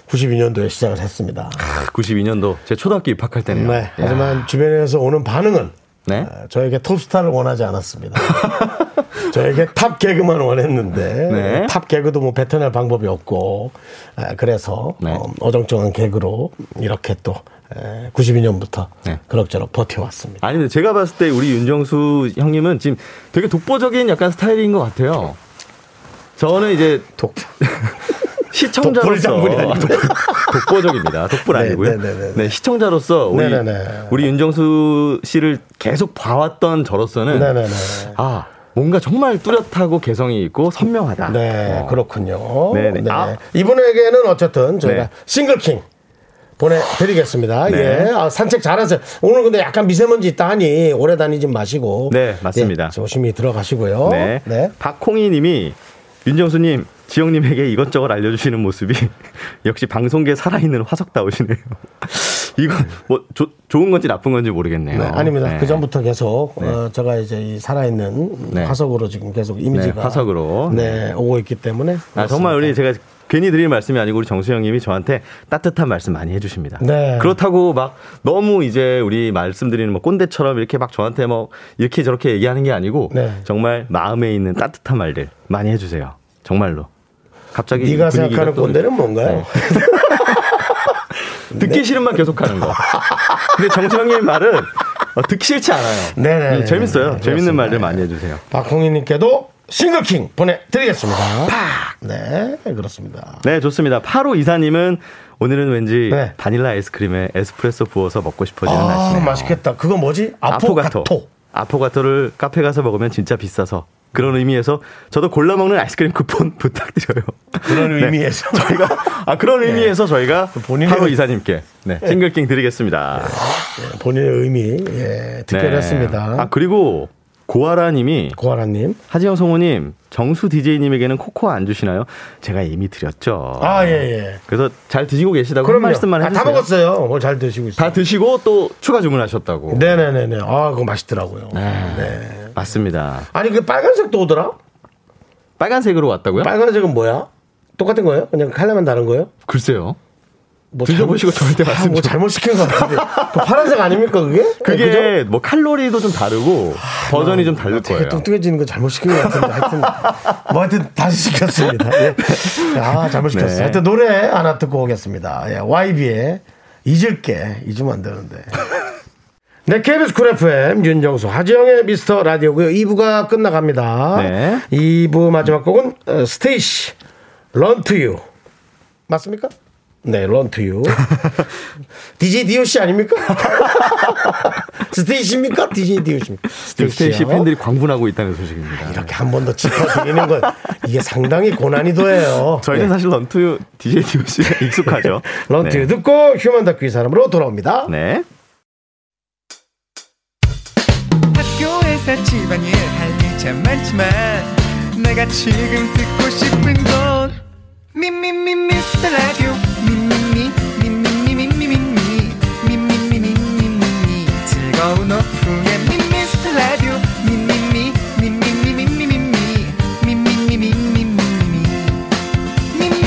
Speaker 1: 92년도에 시작을 했습니다.
Speaker 2: 92년도 제 초등학교 입학할 때네요.
Speaker 1: 네,
Speaker 2: 야.
Speaker 1: 하지만 주변에서 오는 반응은
Speaker 2: 네.
Speaker 1: 어, 저에게 톱스타를 원하지 않았습니다. 저에게 탑 개그만 원했는데
Speaker 2: 네.
Speaker 1: 탑 개그도 뭐 뱉어낼 방법이 없고 아, 그래서
Speaker 2: 네.
Speaker 1: 어, 어정쩡한 개그로 이렇게 또 에, 92년부터
Speaker 2: 네.
Speaker 1: 그럭저럭 버텨왔습니다.
Speaker 2: 아니 근데 제가 봤을 때 우리 윤정수 형님은 지금 되게 독보적인 약간 스타일인 것 같아요. 저는 이제
Speaker 1: 독 독불
Speaker 2: 시청자로서
Speaker 1: 장군이 아닌데.
Speaker 2: 독- 독보적입니다. 독불
Speaker 1: 네,
Speaker 2: 아니고요.
Speaker 1: 네,
Speaker 2: 네,
Speaker 1: 네, 네, 네.
Speaker 2: 시청자로서 우리
Speaker 1: 네, 네, 네.
Speaker 2: 우리 윤정수 씨를 계속 봐왔던 저로서는
Speaker 1: 네네네.
Speaker 2: 아 뭔가 정말 뚜렷하고 개성이 있고 선명하다.
Speaker 1: 네,
Speaker 2: 어.
Speaker 1: 그렇군요.
Speaker 2: 네네.
Speaker 1: 네.
Speaker 2: 아.
Speaker 1: 이분에게는 어쨌든 저희가
Speaker 2: 네.
Speaker 1: 싱글킹 보내드리겠습니다.
Speaker 2: 네.
Speaker 1: 예. 아, 산책 잘하세요. 오늘 근데 약간 미세먼지 있다 하니 오래 다니지 마시고.
Speaker 2: 네, 맞습니다.
Speaker 1: 예, 조심히 들어가시고요.
Speaker 2: 네. 박홍희님이 윤정수님 지영님에게 이것저것 알려주시는 모습이 역시 방송계 살아있는 화석다우시네요. 이건 뭐 조- 좋은 건지 나쁜 건지 모르겠네요.
Speaker 1: 네, 아닙니다.
Speaker 2: 네.
Speaker 1: 그 전부터 계속 어, 제가 이제 이 살아있는
Speaker 2: 네.
Speaker 1: 화석으로 지금 계속 이미지가
Speaker 2: 네, 화석으로.
Speaker 1: 네, 오고 있기 때문에
Speaker 2: 아, 정말 우리 제가 괜히 드릴 말씀이 아니고 우리 정수영님이 저한테 따뜻한 말씀 많이 해주십니다.
Speaker 1: 네.
Speaker 2: 그렇다고 막 너무 이제 우리 말씀드리는 뭐 꼰대처럼 이렇게 막 저한테 뭐 이렇게 저렇게 얘기하는 게 아니고
Speaker 1: 네.
Speaker 2: 정말 마음에 있는 따뜻한 말들 많이 해주세요. 정말로. 갑자기
Speaker 1: 네가
Speaker 2: 분위기가
Speaker 1: 생각하는
Speaker 2: 또- 네.
Speaker 1: 꼰대는 뭔가요?
Speaker 2: 듣기 싫은만 계속하는 거. 근데 정수영님 말은 어, 듣기 싫지 않아요.
Speaker 1: 네네네.
Speaker 2: 음, 재밌어요.
Speaker 1: 네, 그렇습니다.
Speaker 2: 재밌는 말들 많이 해주세요.
Speaker 1: 박홍희님께도 싱글킹 보내드리겠습니다. 네, 그렇습니다.
Speaker 2: 네, 좋습니다. 8호 이사님은 오늘은 왠지
Speaker 1: 네.
Speaker 2: 바닐라 아이스크림에 에스프레소 부어서 먹고 싶어지는
Speaker 1: 아,
Speaker 2: 날씨네요.
Speaker 1: 맛있겠다. 그거 뭐지? 아포가토.
Speaker 2: 아포가토. 아포가토를 카페 가서 먹으면 진짜 비싸서 그런 의미에서 저도 골라 먹는 아이스크림 쿠폰 부탁드려요.
Speaker 1: 그런
Speaker 2: 네.
Speaker 1: 의미에서 저희가
Speaker 2: 아 그런 의미에서 저희가
Speaker 1: 네. 본인의-
Speaker 2: 바로 이사님께 네, 싱글킹 드리겠습니다.
Speaker 1: 본인의 의미 예, 특별했습니다.
Speaker 2: 네. 아 그리고 고아라님이
Speaker 1: 고아라님.
Speaker 2: 하지영 성우님 정수 DJ님에게는 코코아 안 주시나요? 제가 이미 드렸죠.
Speaker 1: 아, 예, 예.
Speaker 2: 그래서 잘 드시고 계시다고 한
Speaker 1: 그런
Speaker 2: 말씀만 해주세요.
Speaker 1: 다 먹었어요. 오늘 잘 드시고 있어요.
Speaker 2: 다 드시고 또 추가 주문하셨다고.
Speaker 1: 네네네네. 아, 그거 맛있더라고요. 네.
Speaker 2: 맞습니다.
Speaker 1: 아니, 그 빨간색도 오더라?
Speaker 2: 빨간색으로 왔다고요?
Speaker 1: 빨간색은 뭐야? 똑같은 거예요? 그냥 칼라만 다른 거예요?
Speaker 2: 글쎄요.
Speaker 1: 뭐
Speaker 2: 드셔보시고
Speaker 1: 잘못-
Speaker 2: 저한테
Speaker 1: 아,
Speaker 2: 말씀
Speaker 1: 뭐
Speaker 2: 좀-
Speaker 1: 잘못 시킨 거 같은데. 그 파란색 아닙니까, 그게? 네, 그죠? 아,
Speaker 2: 그게 뭐 칼로리도 좀 다르고 버전이 좀 다를
Speaker 1: 되게
Speaker 2: 거예요.
Speaker 1: 뚱뚱해지는 거 잘못 시킨 것 같은데 하여튼 뭐 하여튼 다시 시켰습니다. 예. 아 잘못 시켰어요.
Speaker 2: 네.
Speaker 1: 하여튼 노래 하나 듣고 오겠습니다. 예. YB의 잊을게 잊으면 안 되는데. 네, KBS 쿨 FM, 윤정수, 하지영의 미스터 라디오고요 2부가 끝나갑니다.
Speaker 2: 네.
Speaker 1: 2부 마지막 곡은 어, 스테이시, 런투유. 맞습니까? 네, 런투유. DJ DOC 아닙니까? 스테이시입니까? DJ DOC입니까?
Speaker 2: 지금 스테이시 팬들이 광분하고 있다는 소식입니다.
Speaker 1: 아, 이렇게 한 번 더 짚어드리는 건 이게 상당히 고난이도예요.
Speaker 2: 저희는 사실 런투 DJ DOC가 익숙하죠.
Speaker 1: 네. 런트
Speaker 2: 네.
Speaker 1: 듣고 휴먼 다큐 이 사람으로 돌아옵니다.
Speaker 2: 네.
Speaker 5: 학교에서 집안일 할 일 참 많지만 내가 지금 듣고 싶은 건 미미미 미스터 라디오 미미미 미미미 미미미 미미미 미미미 즐거운 오후에 미스터 라디오 미미미 미미미 미미미 미미미 미미미 미미미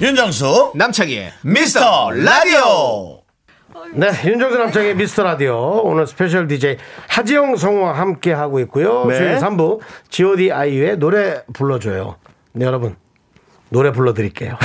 Speaker 4: 윤정수 남창희의 미스터 라디오
Speaker 1: 네, 윤종수 남창의 미스터 라디오 오늘 스페셜 DJ 하지영 성우와 함께 하고 있고요.
Speaker 2: 네.
Speaker 1: 수요일 3부 G.O.D. 아이유의 노래 불러줘요. 네, 여러분 노래 불러드릴게요.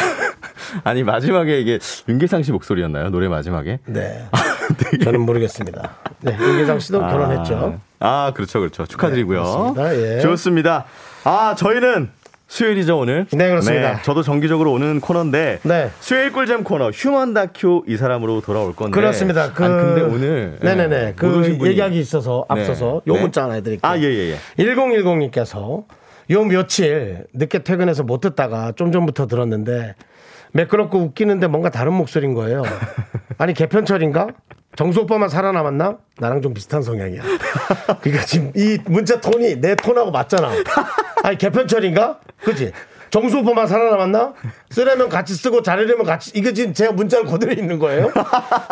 Speaker 2: 아니 마지막에 이게 윤계상 씨 목소리였나요? 노래 마지막에?
Speaker 1: 네.
Speaker 2: 되게.
Speaker 1: 저는 모르겠습니다. 네, 윤계상 씨도 결혼했죠.
Speaker 2: 아, 그렇죠, 그렇죠. 축하드리고요.
Speaker 1: 네, 그렇습니다. 예.
Speaker 2: 좋습니다. 아, 저희는 수요일이죠 오늘.
Speaker 1: 네, 그렇습니다.
Speaker 2: 저도 정기적으로 오는 코너인데
Speaker 1: 네.
Speaker 2: 수요일 꿀잼 코너 휴먼 다큐 이 사람으로 돌아올 건데.
Speaker 1: 그렇습니다. 그
Speaker 2: 네. 아니, 근데 오늘
Speaker 1: 네네네
Speaker 2: 예, 못
Speaker 1: 그
Speaker 2: 오신 분이-
Speaker 1: 얘기하기 있어서
Speaker 2: 네.
Speaker 1: 앞서서 요
Speaker 2: 네.
Speaker 1: 문자 하나 해드릴게요.
Speaker 2: 아, 예, 예, 예.
Speaker 1: 1010님께서 요 며칠 늦게 퇴근해서 못 듣다가 좀 전부터 들었는데 매끄럽고 웃기는데 뭔가 다른 목소리인 거예요. 아니 개편철인가? 정수 오빠만 살아남았나? 나랑 좀 비슷한 성향이야. 그러니까 지금 이 문자 톤이 내 톤하고 맞잖아. 아니 개편철인가? 그지? 정수 오빠만 살아남았나? 쓰려면 같이 쓰고 자르려면 같이 이거 지금 제가 문자를 그대로 있는 거예요?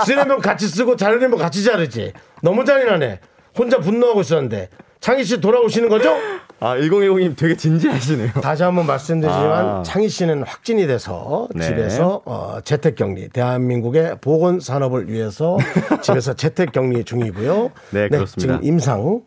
Speaker 1: 쓰려면 같이 쓰고 자르려면 같이 자르지. 너무 잔인하네. 혼자 분노하고 있었는데 창희 씨 돌아오시는 거죠?
Speaker 2: 아, 1010님 되게 진지하시네요.
Speaker 1: 다시 한번 말씀드리지만
Speaker 2: 아.
Speaker 1: 창희 씨는 확진이 돼서
Speaker 2: 네.
Speaker 1: 집에서 어, 재택격리 대한민국의 보건 산업을 위해서 집에서 재택격리 중이고요.
Speaker 2: 네, 그렇습니다.
Speaker 1: 지금 임상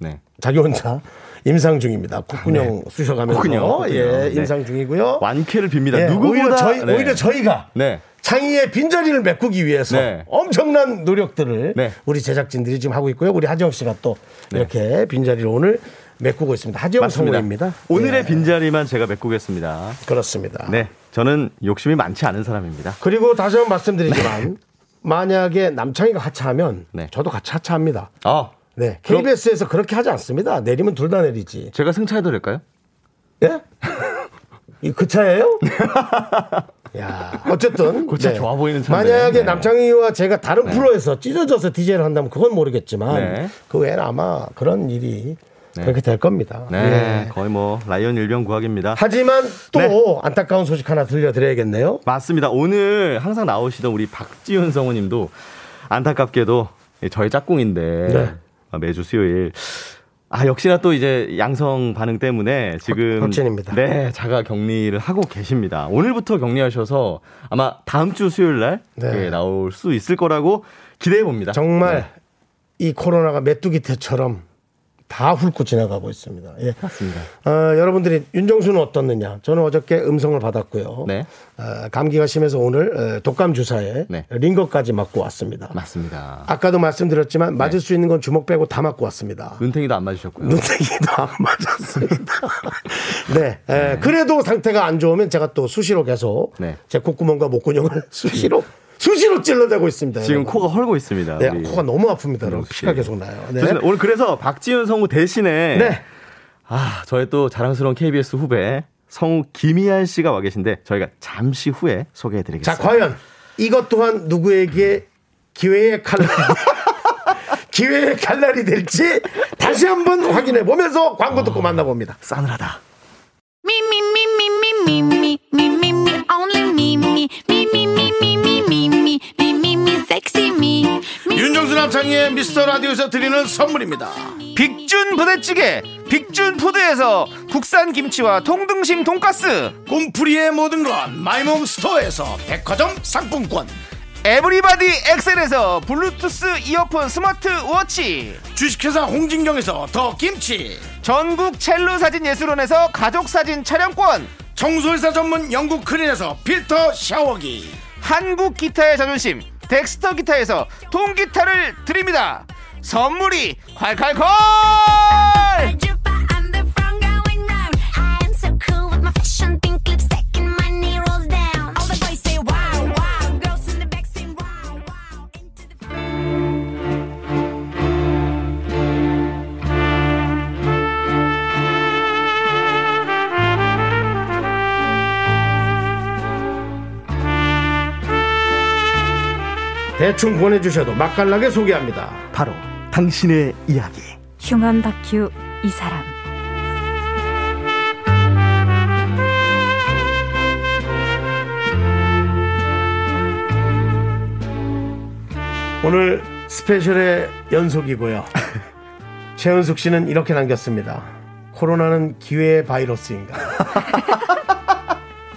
Speaker 2: 네.
Speaker 1: 자기 혼자 임상 중입니다. 국군형 쑤셔가면서
Speaker 2: 아, 국군형, 국군형.
Speaker 1: 예,
Speaker 2: 네.
Speaker 1: 임상 중이고요.
Speaker 2: 완쾌를 빕니다.
Speaker 1: 예,
Speaker 2: 누구보다
Speaker 1: 오히려 저희
Speaker 2: 네.
Speaker 1: 오히려 저희가
Speaker 2: 네.
Speaker 1: 창의의 빈자리를 메꾸기 위해서
Speaker 2: 네.
Speaker 1: 엄청난 노력들을
Speaker 2: 네.
Speaker 1: 우리 제작진들이 지금 하고 있고요. 우리 하지영 씨가 또 이렇게 빈자리를 오늘 메꾸고 있습니다. 하지영
Speaker 2: 맞습니다.
Speaker 1: 성우입니다.
Speaker 2: 오늘의
Speaker 1: 예,
Speaker 2: 빈자리만 제가 메꾸겠습니다.
Speaker 1: 그렇습니다.
Speaker 2: 네. 저는 욕심이 많지 않은 사람입니다.
Speaker 1: 그리고 다시 한번 말씀드리지만 만약에 남창이가 하차하면
Speaker 2: 네.
Speaker 1: 저도 같이 하차합니다.
Speaker 2: 아,
Speaker 1: 네,
Speaker 2: 그럼-
Speaker 1: KBS에서 그렇게 하지 않습니다. 내리면 둘 다 내리지.
Speaker 2: 제가 승차해도 될까요?
Speaker 1: 예? 이 그 차예요? 야, 어쨌든 네.
Speaker 2: 그차 좋아 보이는 차인데.
Speaker 1: 만약에
Speaker 2: 네.
Speaker 1: 남창희와 제가 다른 프로에서 찢어져서 DJ를 한다면 그건 모르겠지만
Speaker 2: 네.
Speaker 1: 그 외에는 아마 그런 일이
Speaker 2: 네.
Speaker 1: 그렇게 될 겁니다.
Speaker 2: 네,
Speaker 1: 예.
Speaker 2: 거의 뭐 라이언 일병 구하기입니다.
Speaker 1: 하지만 또
Speaker 2: 네.
Speaker 1: 안타까운 소식 하나 들려드려야겠네요.
Speaker 2: 맞습니다. 오늘 항상 나오시던 우리 박지훈 성우님도 안타깝게도 저희 짝꿍인데
Speaker 1: 네.
Speaker 2: 아, 매주 수요일 아 역시나 또 이제 양성 반응 때문에 지금
Speaker 1: 확진입니다.
Speaker 2: 네 자가 격리를 하고 계십니다. 오늘부터 격리하셔서 아마 다음 주 수요일 날
Speaker 1: 네.
Speaker 2: 예, 나올 수 있을 거라고 기대해 봅니다. 네,
Speaker 1: 정말 이 코로나가 메뚜기 떼처럼 다 훑고 지나가고 있습니다. 예.
Speaker 2: 맞습니다.
Speaker 1: 어, 여러분들이 윤정수는 어떻느냐? 저는 어저께 음성을 받았고요.
Speaker 2: 네.
Speaker 1: 어, 감기가 심해서 오늘 어, 독감 주사에
Speaker 2: 네.
Speaker 1: 링거까지 맞고 왔습니다.
Speaker 2: 맞습니다.
Speaker 1: 아까도
Speaker 2: 네.
Speaker 1: 말씀드렸지만 맞을 수 있는 건 주먹 빼고 다 맞고 왔습니다.
Speaker 2: 눈탱이도 안 맞으셨고요.
Speaker 1: 눈탱이도 안 맞았습니다. 네. 에, 그래도 상태가 안 좋으면 제가 또 수시로 계속
Speaker 2: 네.
Speaker 1: 제 콧구멍과 목구멍을 수시로 수시로 찔러대고 있습니다.
Speaker 2: 지금
Speaker 1: 여러분.
Speaker 2: 코가 헐고 있습니다.
Speaker 1: 네,
Speaker 2: 우리
Speaker 1: 코가 너무 아픕니다. 여러분.
Speaker 2: 역시.
Speaker 1: 피가 계속 나요. 네.
Speaker 2: 좋습니다. 오늘 그래서 박지훈 성우 대신에
Speaker 1: 네.
Speaker 2: 아, 저의 또 자랑스러운 KBS 후배 성우 김희한 씨가 와 계신데 저희가 잠시 후에 소개해
Speaker 1: 자,
Speaker 2: 드리겠습니다.
Speaker 1: 과연 이것 또한 누구에게 기회의 칼날 기회의 칼날이 될지 다시 한번 확인해 보면서 광고 듣고 만나봅니다.
Speaker 2: 싸늘하다.
Speaker 3: Me, me, me, me, me, me, me, me, me, me, only me, me, me, me, me, me, me, me, me, me, me, me, sexy me.
Speaker 1: 윤정수 남창희의 미스터 라디오에서 드리는 선물입니다.
Speaker 4: 빅준 부대찌개 빅준 푸드에서 국산 김치와 통등심 돈가스
Speaker 1: 꿈풀이의 모든 건 마이몸 스토어에서 백화점 상품권
Speaker 4: 에브리바디 엑셀에서 블루투스 이어폰 스마트 워치
Speaker 1: 주식회사 홍진경에서 더 김치
Speaker 4: 전국 첼로 사진 예술원에서 가족 사진 촬영권
Speaker 1: 청소회사 전문 영국 크린에서 필터 샤워기
Speaker 4: 한국 기타의 자존심 덱스터 기타에서 통기타를 드립니다 선물이 콸콸콸
Speaker 3: I'm the front going round. I am so cool with my fashion, pink lipstick, and my knee rolls down. All the boys say wow, wow. Girls in the back say wow, wow. Into the
Speaker 1: 대충 보내주셔도 맛깔나게 소개합니다
Speaker 2: 바로 당신의 이야기.
Speaker 6: 흉한 다큐 이 사람
Speaker 1: 오늘 스페셜의 연속이고요 최은숙 씨는 이렇게 남겼습니다 코로나는 기회의 바이러스인가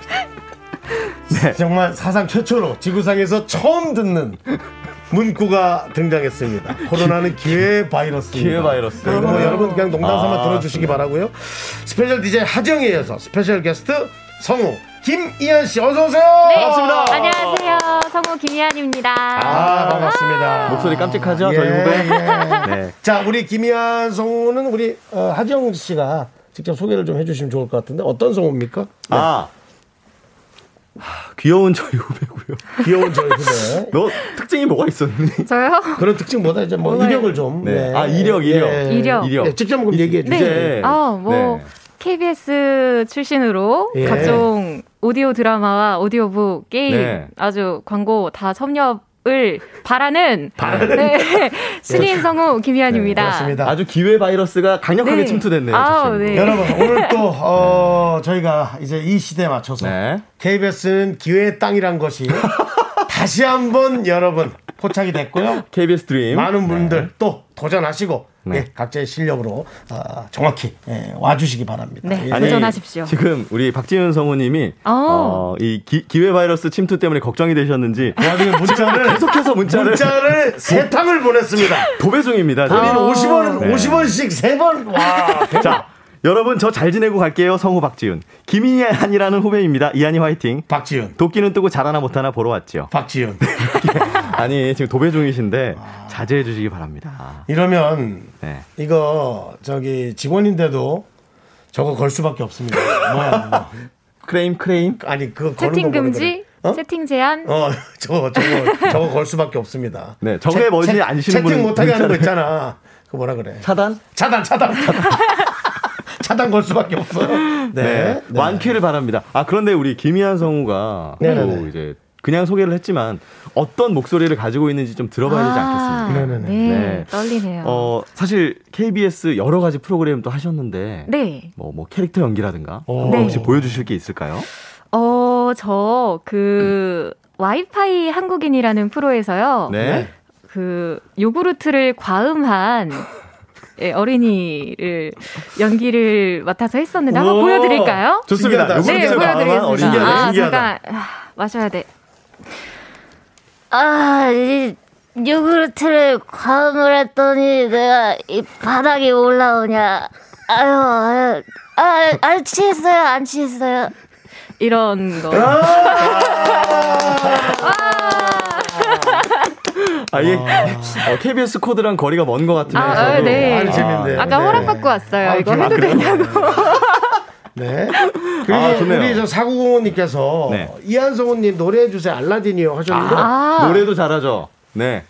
Speaker 1: 네.
Speaker 2: 네.
Speaker 1: 정말 사상 최초로 지구상에서 처음 듣는 문구가 등장했습니다. 코로나는 기회 바이러스.
Speaker 2: 기회 바이러스.
Speaker 1: 여러분,
Speaker 2: 네.
Speaker 1: 여러분 그냥 농담 삼아
Speaker 2: 아,
Speaker 1: 들어주시기 바라고요. 스페셜 DJ 하정이에서 스페셜 게스트 성우 김이현 씨 어서 오세요.
Speaker 6: 네.
Speaker 1: 반갑습니다.
Speaker 6: 안녕하세요. 성우 김희안입니다.
Speaker 1: 아 반갑습니다.
Speaker 2: 목소리 깜찍하죠?
Speaker 1: 예,
Speaker 2: 저희 후배.
Speaker 1: 예.
Speaker 2: 네.
Speaker 1: 자 우리 김이현 성우는 우리 어, 하지영 씨가 직접 소개를 좀 해주시면 좋을 것 같은데 어떤 성우입니까? 네,
Speaker 2: 아. 네. 하, 귀여운 저희 후배고요.
Speaker 1: 귀여운 저희 후배.
Speaker 2: 너 특징이 뭐가 있었니?
Speaker 6: 저요?
Speaker 1: 그런 특징보다 이제 뭐
Speaker 6: 뭐가요?
Speaker 1: 이력을 좀.
Speaker 2: 네. 아, 이력,
Speaker 1: 예.
Speaker 2: 이력.
Speaker 6: 예. 이력.
Speaker 2: 이력.
Speaker 1: 네, 직접 그럼 얘기해 주세요.
Speaker 2: 이제
Speaker 6: 아, 뭐
Speaker 2: 네.
Speaker 6: KBS 출신으로
Speaker 1: 예.
Speaker 6: 각종 오디오 드라마와 오디오북 게임
Speaker 2: 네.
Speaker 6: 아주 광고 다 섭렵을 바라는 네. 신인 성우 김희안입니다.
Speaker 1: 그렇습니다.
Speaker 2: 아, 아주 기회 바이러스가 강력하게
Speaker 6: 네.
Speaker 2: 침투됐네요.
Speaker 6: 아우,
Speaker 2: 저 친구.
Speaker 6: 네.
Speaker 1: 여러분 오늘 또 어, 저희가 이제 이 시대에 맞춰서
Speaker 2: 네.
Speaker 1: KBS는 기회의 땅이란 것이 다시 한번 여러분 포착이 됐고요.
Speaker 2: KBS 드림.
Speaker 1: 많은 분들 또 도전하시고
Speaker 2: 네.
Speaker 1: 예, 각자의 실력으로 아, 정확히 예, 와주시기 바랍니다.
Speaker 6: 네,
Speaker 1: 예.
Speaker 2: 아니,
Speaker 6: 도전하십시오.
Speaker 2: 지금 우리 박지윤 성우님이
Speaker 6: 아.
Speaker 2: 어, 이 기, 회 바이러스 침투 때문에 걱정이 되셨는지
Speaker 1: 그 와중에 문자를
Speaker 2: 계속해서 문자를 아.
Speaker 1: 문자를 세 탕을 보냈습니다.
Speaker 2: 도배 중입니다. 지금.
Speaker 1: 본인 50원
Speaker 2: 네.
Speaker 1: 50원씩 세 번. 와.
Speaker 2: 자, 여러분 저 잘 지내고 갈게요. 성우 박지윤. 김이한이라는 후배입니다. 이한이 화이팅.
Speaker 1: 박지윤.
Speaker 2: 도끼는 뜨고 잘하나 못하나 보러 왔지요.
Speaker 1: 박지윤.
Speaker 2: 아니 지금 도배 중이신데 자제해 주시기 바랍니다.
Speaker 1: 이러면
Speaker 2: 네.
Speaker 1: 이거 저기 직원인데도 저거 걸 수밖에 없습니다. 뭐야, 뭐.
Speaker 2: 크레임 크레임.
Speaker 1: 아니 그거 거는
Speaker 6: 채팅
Speaker 1: 거 보는
Speaker 6: 금지,
Speaker 1: 거는. 어?
Speaker 6: 채팅 제한.
Speaker 1: 어, 저거 저거 저거 걸 수밖에 없습니다.
Speaker 2: 네, 저게 뭔지 아시는
Speaker 1: 채팅
Speaker 2: 분은
Speaker 1: 못하게 하는 거
Speaker 2: 문자를-
Speaker 1: 있잖아. 그 뭐라 그래?
Speaker 2: 차단.
Speaker 1: 차단 차단 차단. 차단 걸 수밖에 없어요. 네.
Speaker 2: 네.
Speaker 1: 네.
Speaker 2: 완쾌를 바랍니다. 아 그런데 우리 김희한 성우가
Speaker 1: 네,
Speaker 2: 또
Speaker 1: 네, 네.
Speaker 2: 이제 그냥 소개를 했지만 어떤 목소리를 가지고 있는지 좀 들어봐야
Speaker 6: 아.
Speaker 2: 되지 않겠습니까?
Speaker 1: 않겠습니까?
Speaker 6: 네,
Speaker 2: 네.
Speaker 6: 떨리네요.
Speaker 2: 어 사실 KBS 여러 가지 프로그램도 하셨는데
Speaker 6: 네.
Speaker 2: 뭐 뭐 캐릭터 연기라든가
Speaker 1: 오.
Speaker 6: 네.
Speaker 2: 혹시 보여주실 게 있을까요?
Speaker 6: 어, 저 그 와이파이 한국인이라는 프로에서요.
Speaker 2: 네.
Speaker 6: 그 요구르트를 과음한 예, 어린이를 연기를 맡아서 했었는데 한번
Speaker 1: 우와.
Speaker 6: 보여드릴까요?
Speaker 2: 좋습니다.
Speaker 1: 신기하다.
Speaker 2: 요거는
Speaker 6: 네,
Speaker 1: 요구르트를 과음한 어린이.
Speaker 6: 보여드리겠습니다.
Speaker 1: 신기하다,
Speaker 6: 아,
Speaker 1: 신기하다.
Speaker 6: 잠깐 아, 마셔야 돼. 아, 이 요구르트를 과음을 했더니 내가 이 바닥이 올라오냐. 아유, 아유, 아, 안 취했어요, 안 취했어요. 이런 거.
Speaker 1: 아,
Speaker 2: 아예 어, KBS 코드랑 거리가 먼 것 같으면서도
Speaker 6: 아, 아, 네.
Speaker 1: 아니, 재밌네요.
Speaker 6: 아까
Speaker 1: 네.
Speaker 6: 허락받고 왔어요.
Speaker 1: 아,
Speaker 6: 이거
Speaker 1: 그래요?
Speaker 6: 해도
Speaker 1: 아, 그래요?
Speaker 6: 되냐고.
Speaker 1: 네. 그리고
Speaker 2: 아, 좋네요.
Speaker 1: 우리 저 사구공원님께서
Speaker 2: 네.
Speaker 1: 이한성우님 노래해 주세요 알라딘이요 하셨는데
Speaker 6: 아,
Speaker 2: 노래도 잘하죠. 네.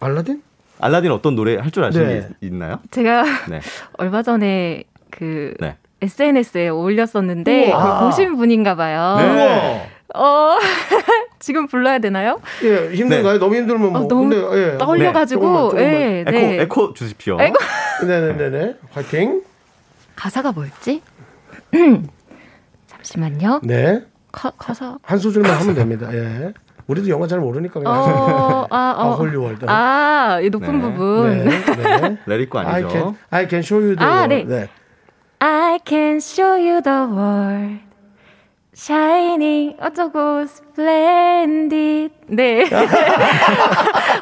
Speaker 1: 알라딘?
Speaker 2: 알라딘 어떤 노래 할 줄 아시는
Speaker 1: 네.
Speaker 2: 게 있- 있나요?
Speaker 6: 제가
Speaker 2: 네.
Speaker 6: 얼마 전에 그
Speaker 2: 네.
Speaker 6: SNS에 올렸었는데
Speaker 1: 우와.
Speaker 6: 그걸 보신 분인가 봐요.
Speaker 2: 네.
Speaker 6: 어, 지금 불러야 되나요?
Speaker 1: 예 힘든가요?
Speaker 2: 네.
Speaker 1: 너무 힘들면 뭐
Speaker 6: 어, 너무
Speaker 1: 근데, 예.
Speaker 6: 떨려가지고,
Speaker 1: 조금만, 조금만.
Speaker 6: 예,
Speaker 2: 에코
Speaker 6: 네.
Speaker 2: 에코 주십시오.
Speaker 6: 에코.
Speaker 1: 네네네네 화이팅
Speaker 6: 가사가 뭐였지? 잠시만요.
Speaker 1: 네
Speaker 6: 가, 가사.
Speaker 1: 한 소절만 하면 됩니다. 예. 우리도 영어 잘 모르니까
Speaker 6: 어,
Speaker 1: 그냥.
Speaker 6: 아,
Speaker 1: 네. 아,
Speaker 6: 어.
Speaker 1: 홀리월드.
Speaker 6: 아, 이 높은
Speaker 2: 네.
Speaker 6: 부분.
Speaker 1: 네.
Speaker 2: 레리코
Speaker 1: I can,
Speaker 2: 아니죠?
Speaker 1: I can show you the
Speaker 6: 아,
Speaker 1: world.
Speaker 6: 네. I can show you the world. Shining, 어쩌고, splendid. 네.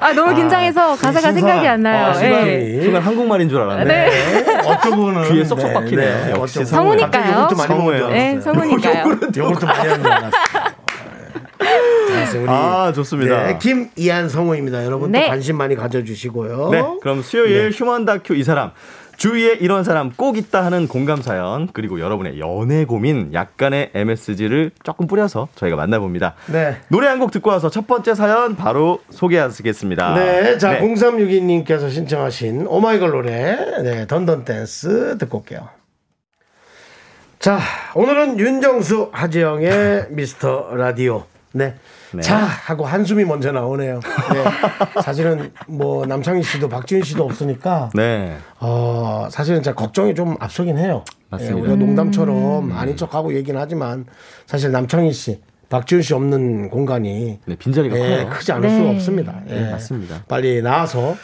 Speaker 6: 아, 너무 긴장해서 가사가
Speaker 1: 신선한,
Speaker 6: 생각이 안
Speaker 1: 아,
Speaker 6: 나요.
Speaker 1: 신선한
Speaker 6: 예.
Speaker 2: 순간 한국말인 줄 알았네.
Speaker 6: 네.
Speaker 1: 어쩌고는
Speaker 2: 귀에 쏙쏙 박히네요. 역시
Speaker 6: 성우니까요.
Speaker 1: 요것도 많이
Speaker 2: 성우예요.
Speaker 1: 먹는 줄
Speaker 6: 네,
Speaker 1: 알았어요.
Speaker 6: 성우니까요.
Speaker 1: 요것도 많이 하는 줄 알았어요. 네. 우리
Speaker 2: 아, 좋습니다.
Speaker 1: 네, 김이한 성우입니다. 여러분 도
Speaker 6: 네.
Speaker 1: 관심 많이 가져주시고요.
Speaker 2: 네, 그럼 수요일 휴먼 다큐 이 사람 주위에 이런 사람 꼭 있다 하는 공감 사연 그리고 여러분의 연애 고민 약간의 MSG를 조금 뿌려서 저희가 만나봅니다.
Speaker 1: 네.
Speaker 2: 노래 한 곡 듣고 와서 첫 번째 사연 바로 소개하시겠습니다.
Speaker 1: 네, 자 0362님께서 신청하신 오마이걸 노래 네, 던던 댄스 듣고 올게요. 자, 오늘은 윤정수 하지영의 미스터 라디오. 네.
Speaker 2: 네.
Speaker 1: 자 하고 한숨이 먼저 나오네요. 네. 사실은 뭐 남창희 씨도 박지윤 씨도 없으니까
Speaker 2: 네.
Speaker 1: 어, 사실은 제가 걱정이 좀 앞서긴 해요.
Speaker 2: 맞습니다.
Speaker 1: 예, 우리가
Speaker 6: 음.
Speaker 1: 농담처럼 아닌 척하고 얘기는 하지만 사실 남창희 씨, 박지훈 씨 없는 공간이
Speaker 2: 네, 빈자리가
Speaker 1: 예,
Speaker 2: 커요.
Speaker 1: 크지 않을 수가 없습니다. 예.
Speaker 2: 네, 맞습니다.
Speaker 1: 빨리 나와서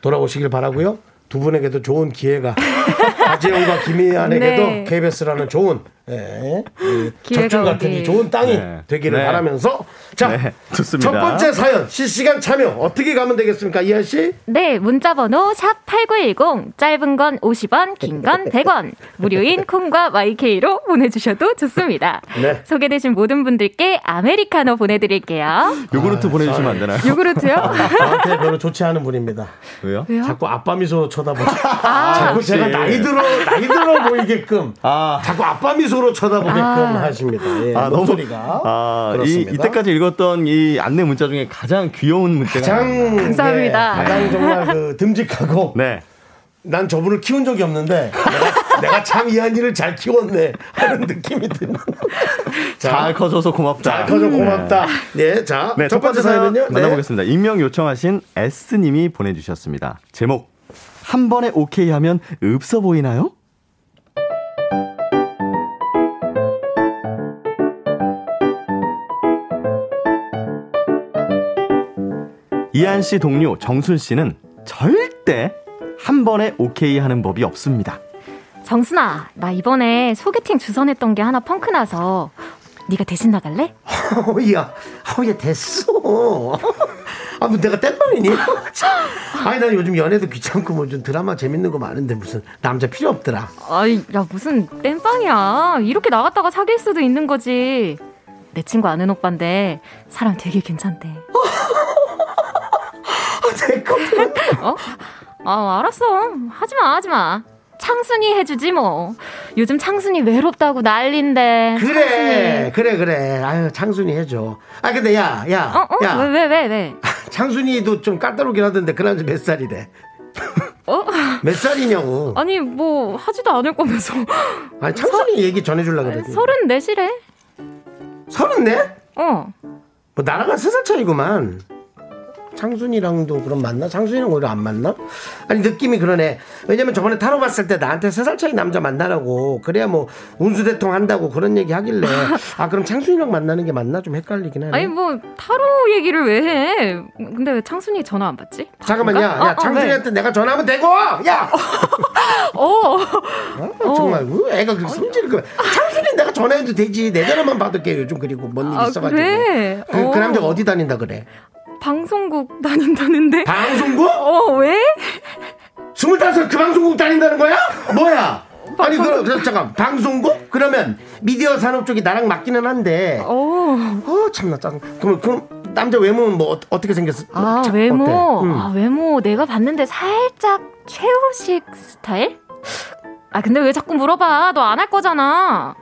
Speaker 1: 돌아오시길 바라고요. 두 분에게도 좋은 기회가 하지영과 김희안에게도
Speaker 6: 네.
Speaker 1: KBS라는 좋은 예.
Speaker 6: 기회가
Speaker 1: 적중 같은 이
Speaker 6: 오길.
Speaker 1: 좋은 땅이
Speaker 2: 네.
Speaker 1: 되기를
Speaker 2: 네.
Speaker 1: 바라면서 자
Speaker 2: 네, 좋습니다.
Speaker 1: 첫 번째 사연 실시간 참여 어떻게 가면 되겠습니까 이한 씨?
Speaker 6: 네, 문자 번호 샵8910 짧은 건 50원, 긴 건 100원. 무료인 콩과 YK로 보내 주셔도 좋습니다.
Speaker 1: 네.
Speaker 6: 소개되신 모든 분들께 아메리카노 보내 드릴게요.
Speaker 1: 아,
Speaker 2: 요구르트 보내주시면 안 되나요?
Speaker 6: 요구르트요?
Speaker 1: 저한테 별로 좋지 않은 분입니다.
Speaker 2: 왜요?
Speaker 1: 자꾸 아빠 미소 쳐다보죠. 자꾸 제가 나이 들어 나이 들어 보이게끔
Speaker 2: 아.
Speaker 1: 자꾸 아빠 미소로 쳐다보게끔 하십니다. 예,
Speaker 2: 아, 너무-
Speaker 1: 목소리가
Speaker 2: 아, 이,
Speaker 1: 그렇습니다.
Speaker 2: 이때까지 읽었던 이 안내 문자 중에 가장 귀여운 문자가.
Speaker 1: 가장
Speaker 6: 감사합니다.
Speaker 1: 예, 가장 정말 그 듬직하고
Speaker 2: 네.
Speaker 1: 난 저분을 키운 적이 없는데 내가, 내가 참 이한이를 잘 키웠네 하는 느낌이 드는.
Speaker 2: 잘 커져서 고맙다.
Speaker 1: 잘 커져 고맙다. 예, 자,
Speaker 2: 네,
Speaker 1: 첫 번째 사연은요. 네.
Speaker 2: 만나보겠습니다. 익명 요청하신 S님이 보내주셨습니다. 제목. 한 번에 오케이 하면 없어 보이나요? 이한 씨 동료 정순 씨는 절대 한 번에 오케이 하는 법이 없습니다.
Speaker 6: 정순아, 나 이번에 소개팅 주선했던 게 하나 펑크 나서 네가 대신 나갈래?
Speaker 1: 어이야, 어이야 됐어. 아, 뭐 내가 땜빵이니? 아니, 난 요즘 연애도 귀찮고 뭐 좀 드라마 재밌는 거 많은데 무슨 남자 필요 없더라.
Speaker 6: 아이, 야 무슨 땜빵이야. 이렇게 나갔다가 사귈 수도 있는 거지. 내 친구 아는 오빠인데 사람 되게 괜찮대.
Speaker 1: 내거
Speaker 6: 어? 아, 알았어. 하지 마, 하지 마. 창순이 해주지 뭐. 요즘 창순이 외롭다고 난린데.
Speaker 1: 그래, 그래, 그래. 아유, 창순이 해줘. 아, 근데 야, 야,
Speaker 6: 창순이. 어, 어?
Speaker 1: 야.
Speaker 6: 왜, 왜, 왜, 왜?
Speaker 1: 창순이도 좀 까다롭긴 하던데 그 남자 몇 살이래?
Speaker 6: 어?
Speaker 1: 몇 살이냐고.
Speaker 6: 아니, 뭐, 하지도 않을 거면서.
Speaker 1: 아니, 창순이 얘기 전해주려고 그랬지.
Speaker 6: 서른 넷이래.
Speaker 1: 서른 네?
Speaker 6: 어.
Speaker 1: 뭐 나랑 한 세 살 차이구만. 창순이랑도 그럼 만나? 창순이랑 오히려 안 만나? 아니 느낌이 그러네. 왜냐면 저번에 타로 봤을 때 나한테 세 살 차이 남자 만나라고 그래야 뭐 운수대통 한다고 그런 얘기 하길래 아 그럼 창순이랑 만나는 게 맞나 좀 헷갈리긴 하네.
Speaker 6: 아니, 뭐, 타로 얘기를 왜 해? 근데 왜 창순이 전화 안 받지?
Speaker 1: 잠깐만 야,
Speaker 6: 어,
Speaker 1: 야
Speaker 6: 어,
Speaker 1: 창순이한테 내가 전화하면 되고 야
Speaker 6: 어.
Speaker 1: 어, 정말 왜 애가 그렇게 성질이 그 창순이 내가 전화해도 되지 내 전화만 받을게 요즘 그리고 뭔 일
Speaker 6: 아,
Speaker 1: 있어가지고
Speaker 6: 그래?
Speaker 1: 그, 그
Speaker 6: 어.
Speaker 1: 남자가 어디 다닌다 그래
Speaker 6: 방송국 다닌다는데.
Speaker 1: 방송국?
Speaker 6: 어, 왜?
Speaker 1: 스물다섯 그 방송국 다닌다는 거야? 뭐야? 아니 그럼 저- 잠깐 방송국? 그러면 미디어 산업 쪽이 나랑 맞기는 한데 어,
Speaker 6: 어.
Speaker 1: 참나 짜증 그럼 그럼 남자 외모는 뭐 어, 떻게 생겼어?
Speaker 6: 아
Speaker 1: 참,
Speaker 6: 외모
Speaker 1: 어때? 음.
Speaker 6: 아 외모 내가 봤는데 살짝 최우식 스타일? 아 근데 왜 자꾸 물어봐 너 안 할 거잖아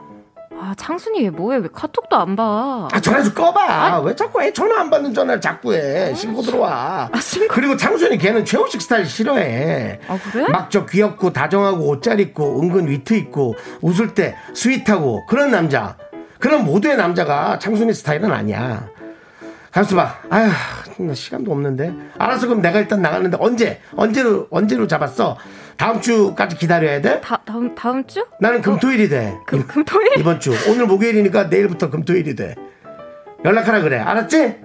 Speaker 6: 아 창순이 얘 뭐해 왜 카톡도 안봐
Speaker 1: 아, 전화 좀 꺼봐. 왜 자꾸 애 전화 안 받는 전화를 자꾸
Speaker 6: 아,
Speaker 1: 해. 신고 들어와. 그리고 창순이 걔는 최우식 스타일 싫어해.
Speaker 6: 아, 그래?
Speaker 1: 막 저 귀엽고 다정하고 옷 잘 입고 은근 위트 있고 웃을 때 스윗하고 그런 남자. 그런 모두의 남자가 창순이 스타일은 아니야. 가만있어 봐. 아휴, 나 시간도 없는데. 알았어, 그럼 내가 일단 나가는데 언제? 언제로, 언제로 잡았어? 다음 주까지 기다려야 돼?
Speaker 6: 다, 다음 다음 주?
Speaker 1: 나는 금, 토, 일이 돼.
Speaker 6: 금, 금, 토, 일?
Speaker 1: 이번 주. 오늘 목요일이니까 내일부터 금, 토, 일이 돼. 연락하라 그래. 알았지?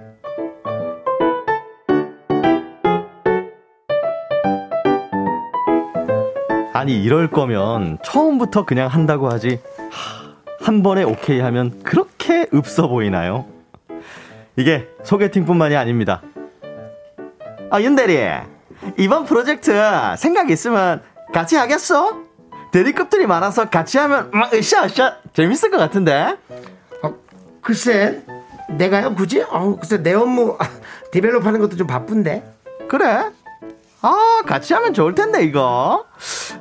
Speaker 2: 아니 이럴 거면 처음부터 그냥 한다고 하지 하, 한 번에 오케이 하면 그렇게 없어 보이나요? 이게 소개팅뿐만이 아닙니다. 아 윤대리 이번 프로젝트 생각 있으면 같이 하겠어? 대리급들이 많아서 같이 하면 막 으쌰으쌰 재밌을 것 같은데?
Speaker 1: 어, 글쎄, 내가요, 굳이? 어, 글쎄, 내 업무, 디벨롭 하는 것도 좀 바쁜데.
Speaker 2: 그래? 아, 같이 하면 좋을 텐데, 이거.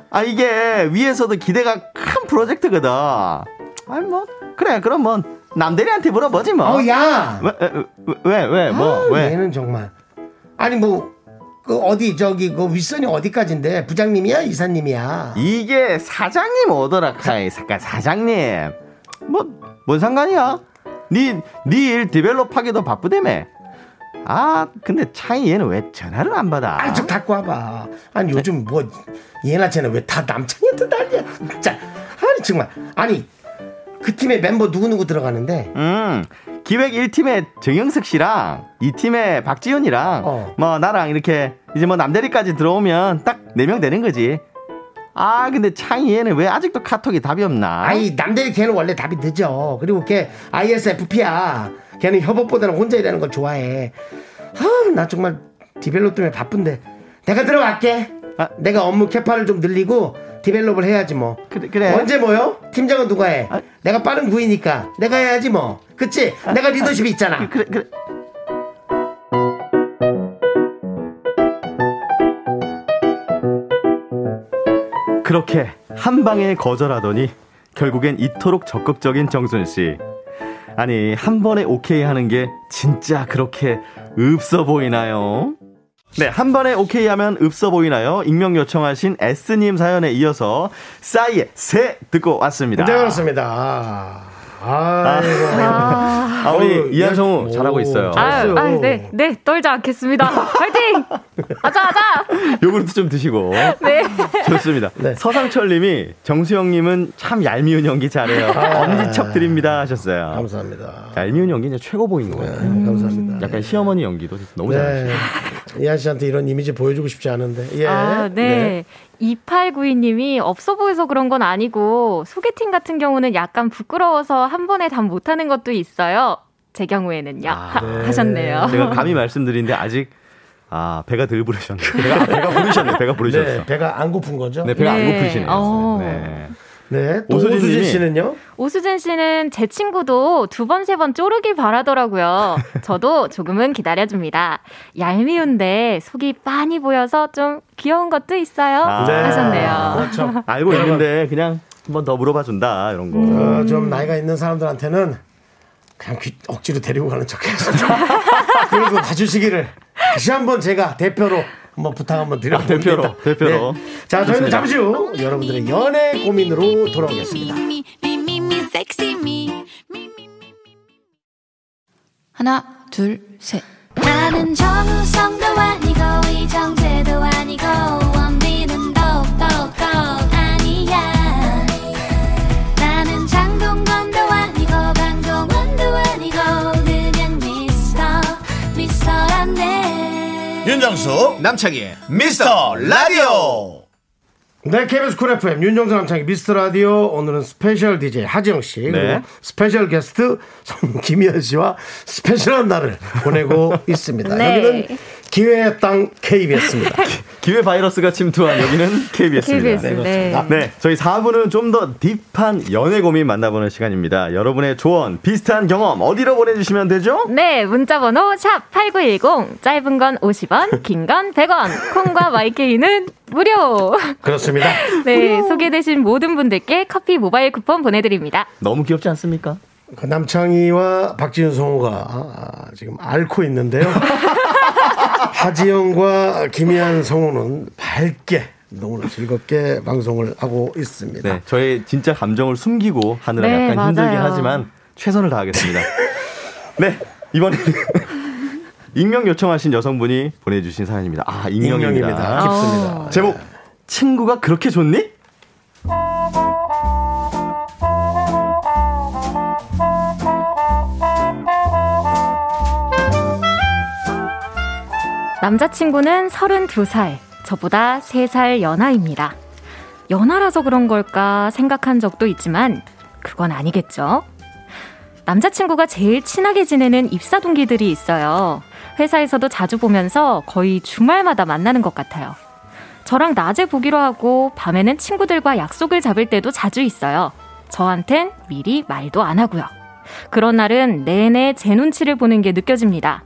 Speaker 2: 아, 이게 위에서도 기대가 큰 프로젝트거든. 아니, 뭐, 그래, 그럼 뭐, 남대리한테 물어보지, 뭐.
Speaker 1: 어, 야!
Speaker 2: 왜, 왜, 왜, 왜, 뭐,
Speaker 1: 아,
Speaker 2: 왜?
Speaker 1: 얘는 정말. 아니, 뭐, 그, 어디, 저기, 그 윗선이 어디까지인데? 부장님이야? 이사님이야?
Speaker 2: 이게 사장님 오더라, 카이, 잠깐, 사장님. 뭐, 뭔 상관이야? 니, 니 일 디벨롭 하기도 바쁘다며. 아, 근데 차이 얘는 왜 전화를 안 받아?
Speaker 1: 아니, 저 갖고 와봐. 아니, 요즘 뭐, 얘나 쟤나 왜 다 남창이한테 난리야. 진짜. 아니, 정말. 아니, 그 팀에 멤버 누구누구 들어가는데,
Speaker 2: 음, 기획 1팀의 정영석 씨랑 2팀의 박지윤이랑
Speaker 1: 어.
Speaker 2: 뭐 나랑 이렇게 이제 뭐 남대리까지 들어오면 딱 4명 되는 네 거지. 아 근데 창희에는 왜 아직도 카톡이 답이 없나?
Speaker 1: 아이 남들이 걔는 원래 답이 늦어. 그리고 걔 ISFP야. 걔는 협업보다는 혼자 일하는 걸 좋아해. 아, 나 정말 디벨롭 때문에 바쁜데. 내가 들어갈게.
Speaker 2: 아.
Speaker 1: 내가 업무 캐파를 좀 늘리고 디벨롭을 해야지 뭐.
Speaker 2: 그래, 그래.
Speaker 1: 언제 뭐요? 팀장은 누가 해?
Speaker 2: 아.
Speaker 1: 내가 빠른 구이니까 내가 해야지 뭐. 그치? 내가 리더십이 있잖아.
Speaker 2: 그래 그래. 그렇게 한 방에 거절하더니 결국엔 이토록 적극적인 정순 씨. 아니 한 번에 오케이 하는 게 진짜 그렇게 없어 보이나요? 네, 한 번에 오케이 하면 없어 보이나요? 익명 요청하신 S님 사연에 이어서 싸이의 새 듣고 왔습니다.
Speaker 1: 네, 그렇습니다. 아이고.
Speaker 2: 아, 우리
Speaker 1: 어우,
Speaker 2: 이한성우
Speaker 1: 오.
Speaker 2: 잘하고 있어요.
Speaker 1: 잘했어요.
Speaker 6: 아유, 아유, 네, 네, 떨지 않겠습니다. 화이팅! 아자, 아자!
Speaker 2: 요구르트 좀 드시고.
Speaker 6: 네.
Speaker 2: 좋습니다.
Speaker 1: 네.
Speaker 2: 서상철 님이 정수영 님은 참 얄미운 연기 잘해요. 엄지척 드립니다 하셨어요.
Speaker 1: 감사합니다.
Speaker 2: 아. 얄미운 연기 이제 최고 보인 거예요.
Speaker 1: 네, 감사합니다.
Speaker 2: 약간 시어머니 연기도 너무
Speaker 1: 네.
Speaker 2: 잘하시죠.
Speaker 1: 이한 씨한테 이런 이미지 보여주고 싶지 않은데. 예.
Speaker 6: 아, 네. 2892님이 없어 보여서 그런 건 아니고 소개팅 같은 경우는 약간 부끄러워서 한 번에 답 못하는 것도 있어요. 제
Speaker 1: 아,
Speaker 6: 경우에는요. 하, 하셨네요.
Speaker 2: 제가 감히 말씀드리는데 아직 아 배가 덜 부르셨네. 배가, 배가 부르셨네. 배가
Speaker 1: 네.
Speaker 2: 부르셨어. 네,
Speaker 1: 배가 안 고픈 거죠? 네.
Speaker 2: 배가 안
Speaker 6: 네.
Speaker 2: 고프시네요.
Speaker 6: 어.
Speaker 2: 네.
Speaker 1: 또
Speaker 2: 오수진
Speaker 1: 오수진,
Speaker 2: 님이-
Speaker 1: 씨는요?
Speaker 6: 오수진 씨는 제 친구도 두 번, 세 번 쪼르길 바라더라고요. 저도 조금은 기다려줍니다. 얄미운데 속이 빤히 보여서 좀 귀여운 것도 있어요.
Speaker 2: 아.
Speaker 1: 네.
Speaker 6: 하셨네요.
Speaker 1: 그렇죠.
Speaker 2: 알고 있는데 그냥 한 번 더 물어봐 준다 이런 거.
Speaker 1: 어, 좀 나이가 있는 사람들한테는 그냥 귀- 억지로 데리고 가는 척해서 그리고 봐주시기를 다시 한번 제가 대표로 한번 부탁 한번 드려봅니다. 네.
Speaker 2: 아, 대표로, 대표로.
Speaker 1: 자, 저희는 잠시 후 여러분들의 연애 고민으로 돌아오겠습니다.
Speaker 3: Me, me, me, me, sexy me. Me, me, me.
Speaker 7: 하나, 둘, 셋.
Speaker 3: 나는 정우성도 아니고 이정재도 아니고 원빈은 더욱더 아니야 나는 장동건도 아니고 방종원도 아니고 그냥 미스터 미스터란데
Speaker 4: 윤정수 남창희 미스터 라디오
Speaker 1: 네, KBS 쿨 FM 윤정수 남창의 미스터 라디오 오늘은 스페셜 DJ 하지영 씨
Speaker 2: 네.
Speaker 1: 그리고 스페셜 게스트 성 김희연 씨와 스페셜한 날을 보내고 있습니다.
Speaker 8: 네.
Speaker 1: 여기는 기회의 땅 KBS입니다.
Speaker 2: 네. 기회 바이러스가 침투한 여기는 KBS입니다.
Speaker 6: KBS. 네.
Speaker 2: 네, 저희 4부는 좀 더 딥한 연애 고민 만나보는 시간입니다. 여러분의 조언, 비슷한 경험 어디로 보내주시면 되죠?
Speaker 6: 네, 문자번호 샵 8910, 짧은 건 50원, 긴 건 100원, 콩과 YK는 무료!
Speaker 1: 그렇습니다.
Speaker 6: 네, 소개되신 모든 분들께 커피 모바일 쿠폰 보내드립니다.
Speaker 2: 너무 귀엽지 않습니까?
Speaker 1: 그 남창희와 박지윤 성우가 아, 지금 앓고 있는데요. 하지영과 김희한 성우는 밝게 너무나 즐겁게 방송을 하고 있습니다.
Speaker 2: 네, 저의 진짜 감정을 숨기고 하느라
Speaker 6: 아. 네,
Speaker 2: 약간 힘들긴
Speaker 6: 맞아요.
Speaker 2: 하지만 최선을 다하겠습니다. 네, 이번에 익명 요청하신 여성분이 보내주신 사연입니다. 아, 익명입니다. 아.
Speaker 1: 익명입니다. 깊습니다.
Speaker 6: 아.
Speaker 2: 제목 친구가 그렇게 좋니?
Speaker 6: 남자친구는 32살, 저보다 3살 연하입니다. 연하라서 그런 걸까 생각한 적도 있지만, 그건 아니겠죠? 남자친구가 제일 친하게 지내는 입사 동기들이 있어요. 회사에서도 자주 보면서 거의 주말마다 만나는 것 같아요. 저랑 낮에 보기로 하고, 밤에는 친구들과 약속을 잡을 때도 자주 있어요. 저한텐 미리 말도 안 하고요. 그런 날은 내내 제 눈치를 보는 게 느껴집니다.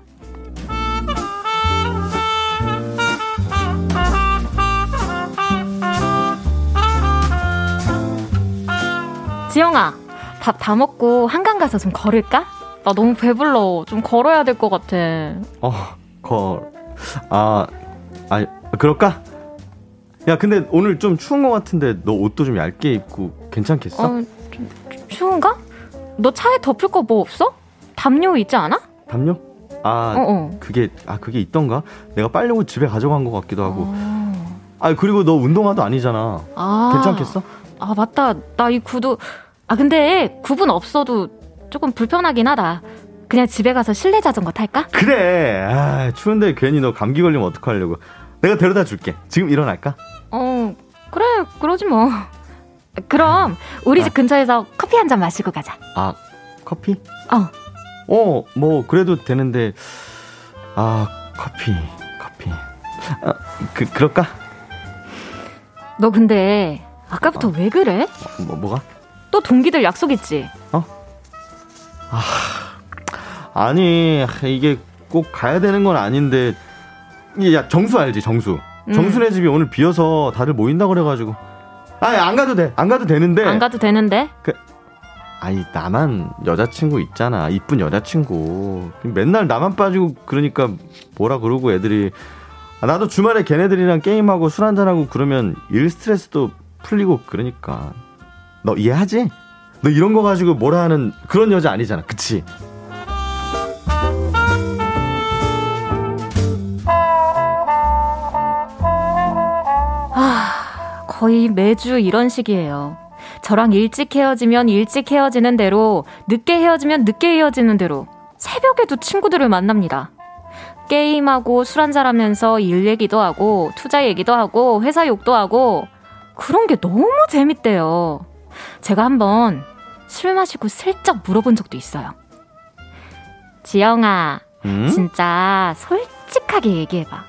Speaker 6: 지영아, 밥 다 먹고 한강 가서 좀 걸을까? 나 너무 배불러. 좀 걸어야 될 것 같아.
Speaker 2: 어, 걸. 아, 아, 그럴까? 야, 근데 오늘 좀 추운 것 같은데 너 옷도 좀 얇게 입고 괜찮겠어?
Speaker 6: 어, 좀 추운가? 너 차에 덮을 거 뭐 없어? 담요 있지 않아?
Speaker 2: 담요? 아,
Speaker 6: 어, 어.
Speaker 2: 그게 아 그게 있던가? 내가 빨래 옷 집에 가져간 것 같기도 하고.
Speaker 6: 어.
Speaker 2: 아 그리고 너 운동화도 아니잖아.
Speaker 6: 아,
Speaker 2: 괜찮겠어?
Speaker 6: 아, 맞다. 나 이 구두. 아, 근데 굽은 없어도 조금 불편하긴 하다. 그냥 집에 가서 실내 자전거 탈까?
Speaker 2: 그래. 아, 추운데 괜히 너 감기 걸리면 어떡하려고. 내가 데려다 줄게. 지금 일어날까?
Speaker 6: 어, 그래, 그러지 뭐. 그럼 우리 집 근처에서 커피 한 잔 마시고 가자.
Speaker 2: 아 커피?
Speaker 6: 어.
Speaker 2: 어, 뭐 그래도 되는데 아 커피, 커피. 아, 그 그럴까?
Speaker 6: 너 근데 아까부터 왜 그래?
Speaker 2: 어, 뭐 뭐가?
Speaker 6: 또 동기들 약속 있지?
Speaker 2: 아니 이게 꼭 가야 되는 건 아닌데 이게 야 정수 알지 정수
Speaker 6: 음.
Speaker 2: 정수네 집이 오늘 비어서 다들 모인다 그래가지고 아안 가도 돼 안 가도 되는데
Speaker 6: 안 가도 되는데.
Speaker 2: 아니 나만 여자친구 있잖아 이쁜 여자친구 맨날 나만 빠지고 그러니까 뭐라 그러고 애들이 아, 나도 주말에 걔네들이랑 게임하고 술 한잔하고 그러면 일 스트레스도 풀리고 그러니까 너 이해하지? 너 이런 거 가지고 뭐라 하는 그런 여자 아니잖아 그치?
Speaker 6: 거의 매주 이런 식이에요. 저랑 일찍 헤어지면 일찍 헤어지는 대로, 늦게 헤어지면 늦게 헤어지는 대로, 새벽에도 친구들을 만납니다. 게임하고 술 한잔하면서 일 얘기도 하고, 투자 얘기도 하고, 회사 욕도 하고, 그런 게 너무 재밌대요. 제가 한번 술 마시고 슬쩍 물어본 적도 있어요. 지영아,
Speaker 2: 응?
Speaker 6: 진짜 솔직하게 얘기해봐.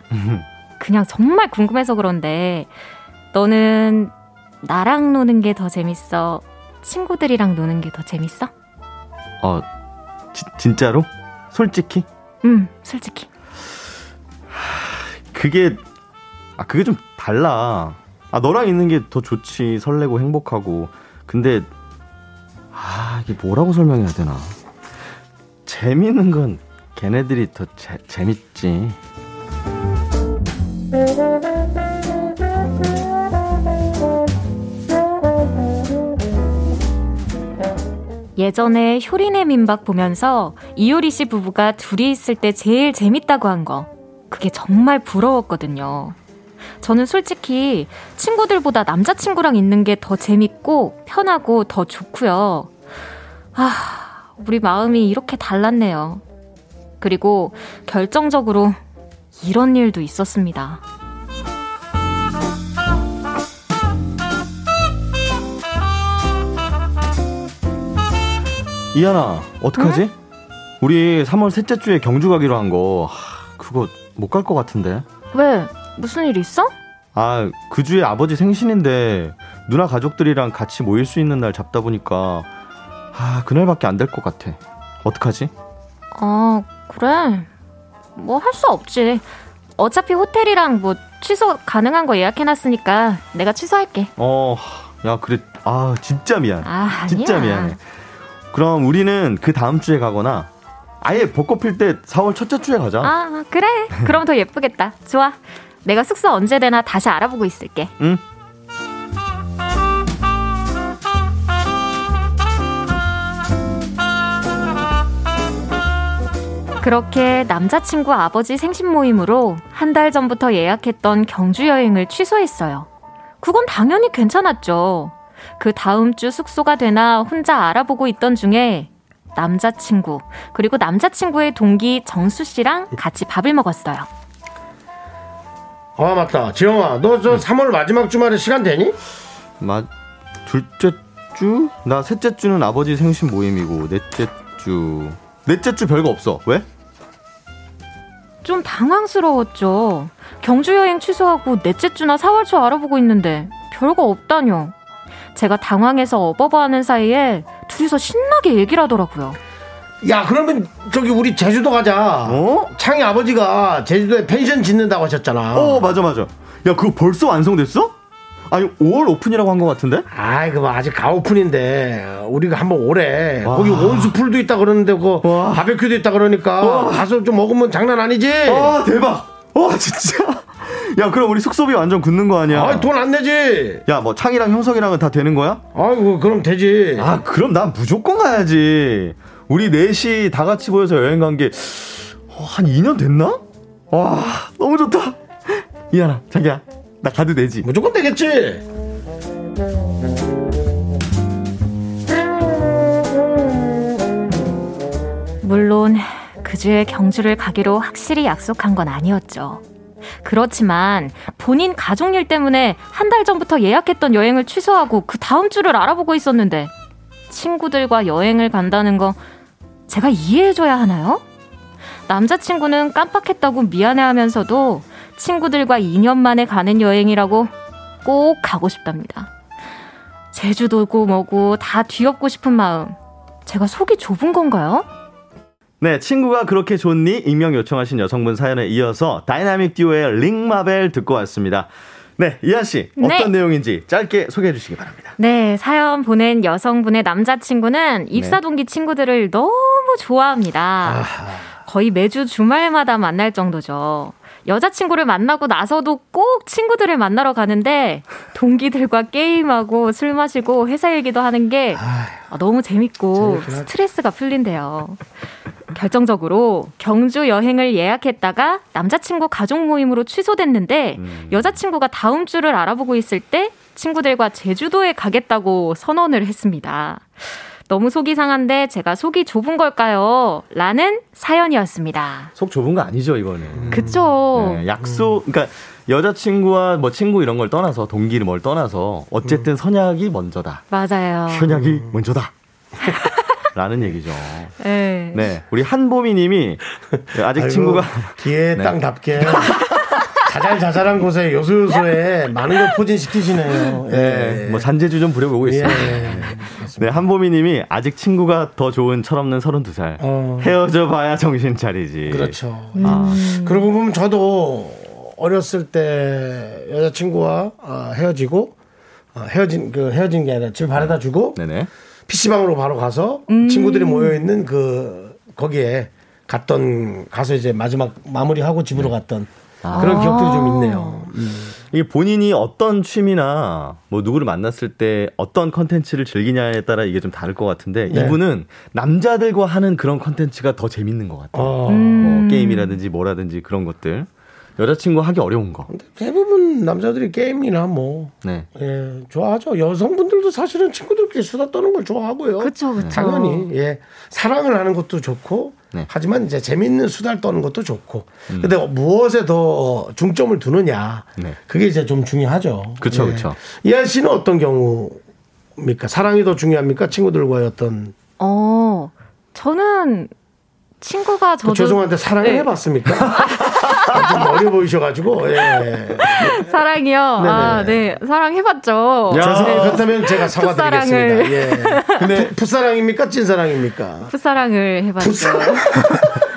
Speaker 6: 그냥 정말 궁금해서 그런데 너는 나랑 노는 게 더 재밌어? 친구들이랑 노는 게 더 재밌어?
Speaker 2: 어, 지- 진짜로? 솔직히?
Speaker 6: 음, 솔직히.
Speaker 2: 그게, 아, 그게 좀 달라. 아, 너랑 있는 게 더 좋지. 설레고 행복하고. 근데, 아, 이게 뭐라고 설명해야 되나. 재밌는 건 걔네들이 더 재, 재밌지.
Speaker 6: 예전에 효린의 민박 보면서 이효리 씨 부부가 둘이 있을 때 제일 재밌다고 한 거. 그게 정말 부러웠거든요. 저는 솔직히 친구들보다 남자친구랑 있는 게 더 재밌고 편하고 더 좋고요. 아, 우리 마음이 이렇게 달랐네요. 그리고 결정적으로 이런 일도 있었습니다.
Speaker 2: 이하나, 어떡하지? 우리 3월 셋째 주에 경주 가기로 한 거, 하, 그거 못 갈 것 같은데.
Speaker 6: 왜? 무슨 일 있어?
Speaker 2: 아, 그 주에 아버지 생신인데 누나 가족들이랑 같이 모일 수 있는 날 잡다 보니까 아, 그날밖에 안 될 것 같아. 어떡하지?
Speaker 6: 아, 그래. 뭐 할 수 없지. 어차피 호텔이랑 뭐 취소 가능한 거 예약해놨으니까 내가 취소할게.
Speaker 2: 어, 야, 그래. 아, 진짜 미안.
Speaker 6: 아, 아니야.
Speaker 2: 진짜 미안해. 그럼 우리는 그 다음 주에 가거나 아예 벚꽃 필 때 4월 첫째 주에 가자.
Speaker 6: 아, 그래. 그럼 더 예쁘겠다. 좋아. 내가 숙소 언제 되나 다시 알아보고 있을게.
Speaker 2: 응?
Speaker 6: 그렇게 남자친구 아버지 생신 모임으로 한 달 전부터 예약했던 경주 여행을 취소했어요. 그건 당연히 괜찮았죠. 그 다음 주 숙소가 되나 혼자 알아보고 있던 중에 남자친구, 그리고 남자친구의 동기 정수 씨랑 같이 밥을 먹었어요.
Speaker 1: 아 맞다 지영아 너 저 3월 마지막 주말에 시간 되니?
Speaker 2: 마 둘째 주? 나 셋째 주는 아버지 생신 모임이고 넷째 주 넷째 주 별거 없어. 왜?
Speaker 6: 좀 당황스러웠죠. 경주 여행 취소하고 넷째 주나 4월 초 알아보고 있는데 별거 없다뇨. 제가 당황해서 어버버하는 사이에 둘이서 신나게 얘기를 하더라고요.
Speaker 1: 야 그러면 저기 우리 제주도 가자
Speaker 2: 어?
Speaker 1: 창희 아버지가 제주도에 펜션 짓는다고 하셨잖아
Speaker 2: 어 맞아 맞아 야 그거 벌써 완성됐어? 아니 5월 오픈이라고 한 것 같은데?
Speaker 1: 아이 그뭐 아직 가오픈인데 우리가 한번 오래
Speaker 2: 와.
Speaker 1: 거기 온수풀도 있다 그러는데 그
Speaker 2: 와.
Speaker 1: 바베큐도 있다 그러니까
Speaker 2: 와.
Speaker 1: 가서 좀 먹으면 장난 아니지
Speaker 2: 아 대박 와 진짜 야 그럼 우리 숙소비 완전 굳는 거 아니야
Speaker 1: 아이 돈 안 내지
Speaker 2: 야 뭐 창이랑 형석이랑은 다 되는 거야?
Speaker 1: 아이고 그럼 되지
Speaker 2: 아 그럼 난 무조건 가야지 우리 넷이 다 같이 모여서 여행 간 게 어, 한 2년 됐나? 와 너무 좋다 이하나 자기야 나 가도 되지
Speaker 1: 무조건 되겠지
Speaker 6: 물론 그 주에 경주를 가기로 확실히 약속한 건 아니었죠. 그렇지만 본인 가족 일 때문에 한 달 전부터 예약했던 여행을 취소하고 그 다음 주를 알아보고 있었는데 친구들과 여행을 간다는 거 제가 이해해줘야 하나요? 남자친구는 깜빡했다고 미안해하면서도 친구들과 2년 만에 가는 여행이라고 꼭 가고 싶답니다. 제주도고 뭐고 다 뒤엎고 싶은 마음. 제가 속이 좁은 건가요?
Speaker 2: 네, 친구가 그렇게 좋니? 익명 요청하신 여성분 사연에 이어서 다이나믹 듀오의 링마벨 듣고 왔습니다. 네, 이한 씨
Speaker 6: 네.
Speaker 2: 어떤 내용인지 짧게 소개해 주시기 바랍니다.
Speaker 6: 네, 사연 보낸 여성분의 남자친구는 입사 동기 친구들을 너무 네. 좋아합니다. 거의 매주 주말마다 만날 정도죠. 여자친구를 만나고 나서도 꼭 친구들을 만나러 가는데 동기들과 게임하고 술 마시고 회사 얘기도 하는 게 아, 너무 재밌고 스트레스가 풀린대요. 결정적으로 경주 여행을 예약했다가 남자친구 가족 모임으로 취소됐는데
Speaker 1: 음.
Speaker 6: 여자친구가 다음 주를 알아보고 있을 때 친구들과 제주도에 가겠다고 선언을 했습니다. 너무 속이 상한데 제가 속이 좁은 걸까요? 라는 사연이었습니다.
Speaker 2: 속 좁은 거 아니죠,
Speaker 1: 음.
Speaker 2: 이거는.
Speaker 1: 어.
Speaker 6: 그쵸.
Speaker 2: 네, 약속, 그러니까 여자친구와 뭐 친구 이런 걸 떠나서 동기를 뭘 떠나서
Speaker 1: 음.
Speaker 2: 어쨌든 선약이 먼저다.
Speaker 6: 맞아요.
Speaker 2: 현약이 먼저다. 라는 얘기죠.
Speaker 6: 네.
Speaker 2: 네, 우리 한보미님이 아직 친구가
Speaker 1: 기에
Speaker 2: 네.
Speaker 1: 땅답게 자잘자잘한 곳에 요소요소에 많은 걸 포진시키시네요. 예.
Speaker 2: 네, 뭐 잔재주 좀 부려보고
Speaker 1: 예.
Speaker 2: 있습니다. 네, 한보미님이 아직 친구가 더 좋은 철없는 32살.
Speaker 1: 어.
Speaker 2: 헤어져 봐야 정신 차리지.
Speaker 1: 그렇죠.
Speaker 2: 아,
Speaker 1: 그러고 보면 저도 어렸을 때 여자친구와 아, 헤어지고 아, 헤어진 그 헤어진 게 아니라 집 바래다 주고
Speaker 2: 네네. 음.
Speaker 1: PC방으로 바로 가서 친구들이 모여 있는 그 거기에 갔던 가서 이제 마지막 마무리하고 집으로
Speaker 2: 네.
Speaker 1: 갔던
Speaker 2: 아.
Speaker 1: 그런 기억들이 좀 있네요.
Speaker 2: 음. 이게 본인이 어떤 취미나 뭐 누구를 만났을 때 어떤 컨텐츠를 즐기냐에 따라 이게 좀 다를 것 같은데
Speaker 1: 네.
Speaker 2: 이분은 남자들과 하는 그런 컨텐츠가 더 재밌는 것 같아요.
Speaker 1: 어.
Speaker 2: 뭐 게임이라든지 뭐라든지 그런 것들. 여자친구 하기 어려운 거.
Speaker 1: 대부분 남자들이 게임이나 뭐
Speaker 2: 네.
Speaker 1: 예, 좋아하죠. 여성분들도 사실은 친구들끼리 수다 떠는 걸 좋아하고요.
Speaker 6: 그쵸, 그쵸. 어.
Speaker 1: 당연히 예 사랑을 하는 것도 좋고
Speaker 2: 네. 음.
Speaker 1: 하지만 이제 재밌는 수다를 떠는 것도 좋고 근데 무엇에 더 어, 중점을 두느냐
Speaker 2: 네.
Speaker 1: 그게 이제 좀 중요하죠.
Speaker 2: 그쵸,
Speaker 1: 예.
Speaker 2: 그쵸.
Speaker 1: 이한 씨는 어떤 경우입니까? 사랑이 더 중요합니까? 친구들과의 어떤
Speaker 6: 어, 저는 친구가
Speaker 1: 그
Speaker 6: 저도
Speaker 1: 죄송한데 사랑을
Speaker 6: 네.
Speaker 1: 해봤습니까? 아, 좀 어려 보이셔가지고 예.
Speaker 6: 사랑이요. 아, 네. 사랑해봤죠. 네.
Speaker 2: 야.
Speaker 1: 죄송-
Speaker 2: 아.
Speaker 1: 그렇다면 제가 사과드리겠습니다.
Speaker 6: 풋사랑을.
Speaker 1: 예. 근데 풋사랑입니까? 찐사랑입니까?
Speaker 6: 풋사랑을 해봤죠.
Speaker 1: 풋사랑.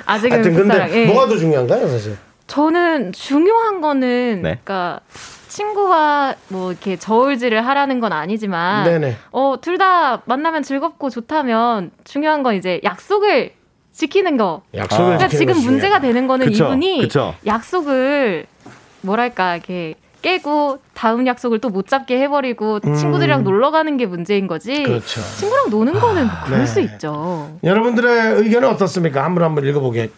Speaker 6: 아직은
Speaker 1: 하여튼
Speaker 6: 풋사랑.
Speaker 1: 근데
Speaker 6: 예.
Speaker 1: 뭐가 더 중요한가요, 사실?
Speaker 6: 저는 중요한 거는
Speaker 2: 네.
Speaker 6: 그러니까 친구와 뭐 이렇게 저울질을 하라는 건 아니지만
Speaker 1: 네네.
Speaker 6: 어, 둘 다 만나면 즐겁고 좋다면 중요한 건 이제 약속을 지키는 거.
Speaker 1: 약속을
Speaker 6: 그러니까
Speaker 1: 지키는
Speaker 6: 지금
Speaker 1: 것이
Speaker 6: 문제가 되는 거는
Speaker 2: 그쵸,
Speaker 6: 이분이
Speaker 2: 그쵸.
Speaker 6: 약속을 뭐랄까 이렇게 깨고 다음 약속을 또 못 잡게 해버리고 친구들이랑 놀러 가는 게 문제인 거지.
Speaker 1: 음. 그렇죠.
Speaker 6: 친구랑 노는 거는 뭐 그럴
Speaker 1: 네.
Speaker 6: 수 있죠.
Speaker 1: 여러분들의 의견은 어떻습니까? 한분 한 분 읽어보게요.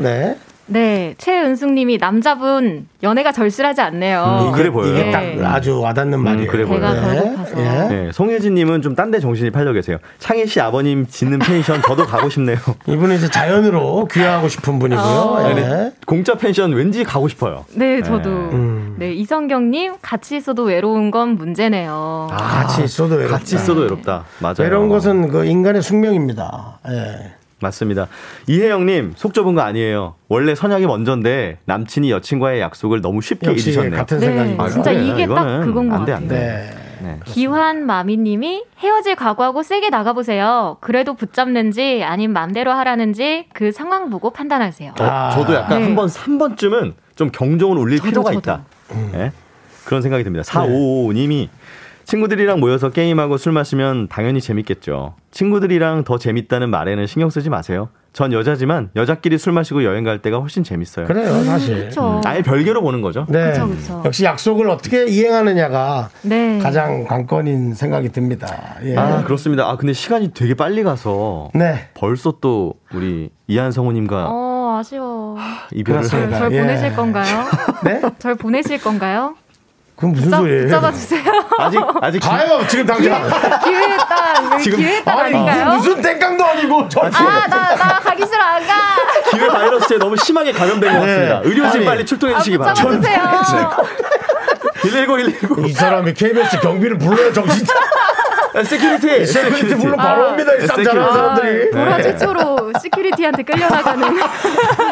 Speaker 1: 네.
Speaker 6: 네, 최은숙님이 남자분 연애가 절실하지 않네요.
Speaker 2: 음, 그래 보여요. 음,
Speaker 1: 이게 딱
Speaker 6: 네.
Speaker 1: 아주 와닿는 말이에요. 예.
Speaker 2: 그래 보여요.
Speaker 6: 배가 고파서.
Speaker 2: 네, 송혜진님은 좀 딴 데 정신이 팔려 계세요. 창희 씨 아버님 짓는 펜션 저도 가고 싶네요.
Speaker 1: 이분은 이제 자연으로 귀화하고 싶은 분이고요.
Speaker 6: 어.
Speaker 1: 예.
Speaker 2: 공짜 펜션 왠지 가고 싶어요.
Speaker 6: 네, 저도.
Speaker 1: 음.
Speaker 6: 네, 이성경님, 같이 있어도 외로운 건 문제네요.
Speaker 1: 같이 있어도 외롭다.
Speaker 2: 아,
Speaker 1: 네.
Speaker 2: 같이 있어도 외롭다. 맞아요.
Speaker 1: 외로운 것은 그 인간의 숙명입니다. 예.
Speaker 2: 맞습니다. 이혜영님 속 좁은 거 아니에요. 원래 선약이 먼저인데 남친이 여친과의 약속을 너무 쉽게
Speaker 1: 역시
Speaker 2: 잊으셨네요. 아,
Speaker 1: 같은
Speaker 6: 네,
Speaker 1: 생각입니다.
Speaker 6: 진짜
Speaker 2: 그래요?
Speaker 6: 이게 딱
Speaker 2: 이거는
Speaker 6: 그건 것
Speaker 2: 안 돼,
Speaker 6: 같아요.
Speaker 2: 안 돼.
Speaker 1: 네.
Speaker 6: 기환 마미님이 헤어질 각오하고 세게 나가보세요. 그래도 붙잡는지 아님 맘대로 하라는지 그 상황 보고 판단하세요.
Speaker 2: 어,
Speaker 1: 아.
Speaker 2: 저도 약간
Speaker 6: 네.
Speaker 2: 한 번, 삼 번쯤은 좀 경종을 울릴
Speaker 6: 저도,
Speaker 2: 필요가
Speaker 6: 저도.
Speaker 2: 있다. 네. 예? 그런 생각이 듭니다. 4555님이 친구들이랑 모여서 게임하고 술 마시면 당연히 재밌겠죠. 친구들이랑 더 재밌다는 말에는 신경 쓰지 마세요. 전 여자지만 여자끼리 술 마시고 여행 갈 때가 훨씬 재밌어요. 음.
Speaker 1: 그래요, 사실. 음.
Speaker 6: 그렇죠.
Speaker 2: 아예 별개로 보는 거죠.
Speaker 1: 네.
Speaker 6: 그쵸, 그쵸.
Speaker 1: 역시 약속을 어떻게 이행하느냐가
Speaker 6: 네.
Speaker 1: 가장 관건인 생각이 듭니다. 예.
Speaker 2: 아 그렇습니다. 아 근데 시간이 되게 빨리 가서
Speaker 1: 네.
Speaker 2: 벌써 또 우리 이한 성우님과
Speaker 6: 어, 아쉬워.
Speaker 2: 이별을
Speaker 6: 절,
Speaker 1: 그렇습니다.
Speaker 2: 하-
Speaker 6: 절
Speaker 1: 예.
Speaker 6: 보내실 건가요?
Speaker 1: 네?
Speaker 6: 절 보내실 건가요?
Speaker 1: 그건 무슨
Speaker 6: 붙잡,
Speaker 1: 소리예요?
Speaker 6: 붙잡아주세요.
Speaker 2: 아직 아직 기-
Speaker 1: 가요 지금 당장.
Speaker 6: 기회에 따라,
Speaker 2: 지금-
Speaker 6: 기회에 따라
Speaker 1: 아니 무슨,
Speaker 6: 아닌가요?
Speaker 1: 무슨 땡깡도 아니고 저
Speaker 6: 아, 나, 나 가기 싫어, 안 가!
Speaker 2: 기회 바이러스에 너무 심하게 감염된 것 같습니다.
Speaker 1: 네.
Speaker 2: 의료진
Speaker 1: 아니, 네.
Speaker 2: 빨리 출동해
Speaker 6: 아,
Speaker 2: 주시기 바랍니다.
Speaker 6: 붙잡아주세요.
Speaker 2: 119 119
Speaker 1: 이 사람이 KBS 경비를 불러야 정신 차려. 아,
Speaker 2: 아, 세큐리티
Speaker 1: 세크리티 불러 바로 옵니다
Speaker 2: 아,
Speaker 1: 이 쌈장한
Speaker 2: 세큐리티.
Speaker 1: 사람들이.
Speaker 6: 아,
Speaker 1: 네.
Speaker 6: 보라 최초로 시큐리티한테 끌려나가는.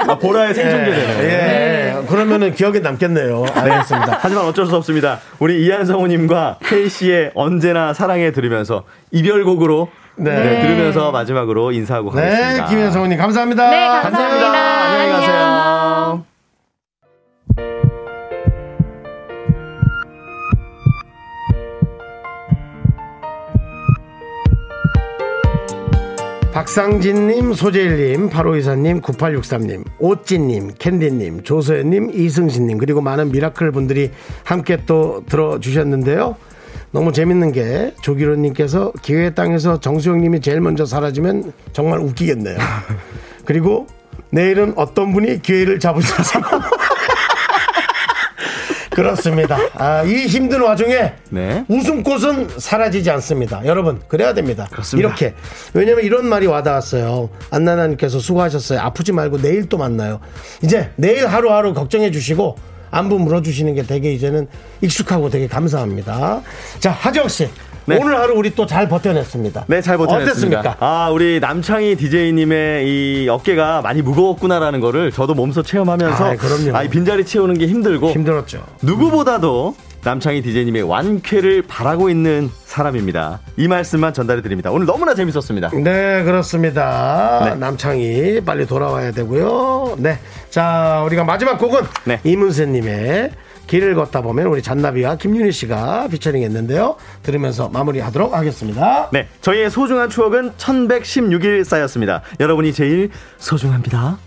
Speaker 2: 아, 보라의 생존계네요.
Speaker 1: 예. 그러면은 기억에 남겠네요. 알겠습니다.
Speaker 2: 하지만 어쩔 수 없습니다. 우리 이한성우님과 케이 씨의 언제나 사랑해 들으면서 이별곡으로
Speaker 1: 네.
Speaker 2: 네, 들으면서 마지막으로 인사하고
Speaker 1: 네,
Speaker 2: 가겠습니다.
Speaker 1: 김현성우님 감사합니다. 네,
Speaker 6: 네, 감사합니다.
Speaker 2: 안녕히 가세요.
Speaker 1: 박상진님, 소재일님, 8524님, 9863님, 오찌님, 캔디님, 조서연님, 이승신님, 그리고 많은 미라클 분들이 함께 또 들어주셨는데요. 너무 재밌는 게 조기로님께서 기회의 땅에서 정수영님이 제일 먼저 사라지면 정말 웃기겠네요. 그리고 내일은 어떤 분이 기회를 잡으실지. 그렇습니다. 아, 이 힘든 와중에
Speaker 2: 네.
Speaker 1: 웃음꽃은 사라지지 않습니다. 여러분, 그래야 됩니다.
Speaker 2: 그렇습니다.
Speaker 1: 이렇게. 왜냐면 이런 말이 와닿았어요. 안나나님께서 수고하셨어요. 아프지 말고 내일 또 만나요. 이제 내일 하루하루 걱정해 주시고 안부 물어주시는 게 되게 이제는 익숙하고 되게 감사합니다. 자, 하지영 씨.
Speaker 2: 네.
Speaker 1: 오늘 하루 우리 또 잘 버텨냈습니다.
Speaker 2: 네, 잘 버텨냈습니다.
Speaker 1: 어땠습니까?
Speaker 2: 아, 우리 남창희 DJ님의 이 어깨가 많이 무거웠구나라는 거를 저도 몸소 체험하면서
Speaker 1: 아이, 그럼요.
Speaker 2: 아, 이 빈자리 채우는 게 힘들고
Speaker 1: 힘들었죠.
Speaker 2: 누구보다도 남창희 DJ님의 완쾌를 바라고 있는 사람입니다. 이 말씀만 전달해 드립니다. 오늘 너무나 재밌었습니다.
Speaker 1: 네, 그렇습니다.
Speaker 2: 네.
Speaker 1: 남창이 빨리 돌아와야 되고요. 네. 자, 우리가 마지막 곡은
Speaker 2: 네.
Speaker 1: 이문세님의 길을 걷다 보면 우리 잔나비와 김윤희 씨가 피처링 했는데요. 들으면서 마무리하도록 하겠습니다.
Speaker 2: 네, 저희의 소중한 추억은 1116일 쌓였습니다. 여러분이 제일 소중합니다.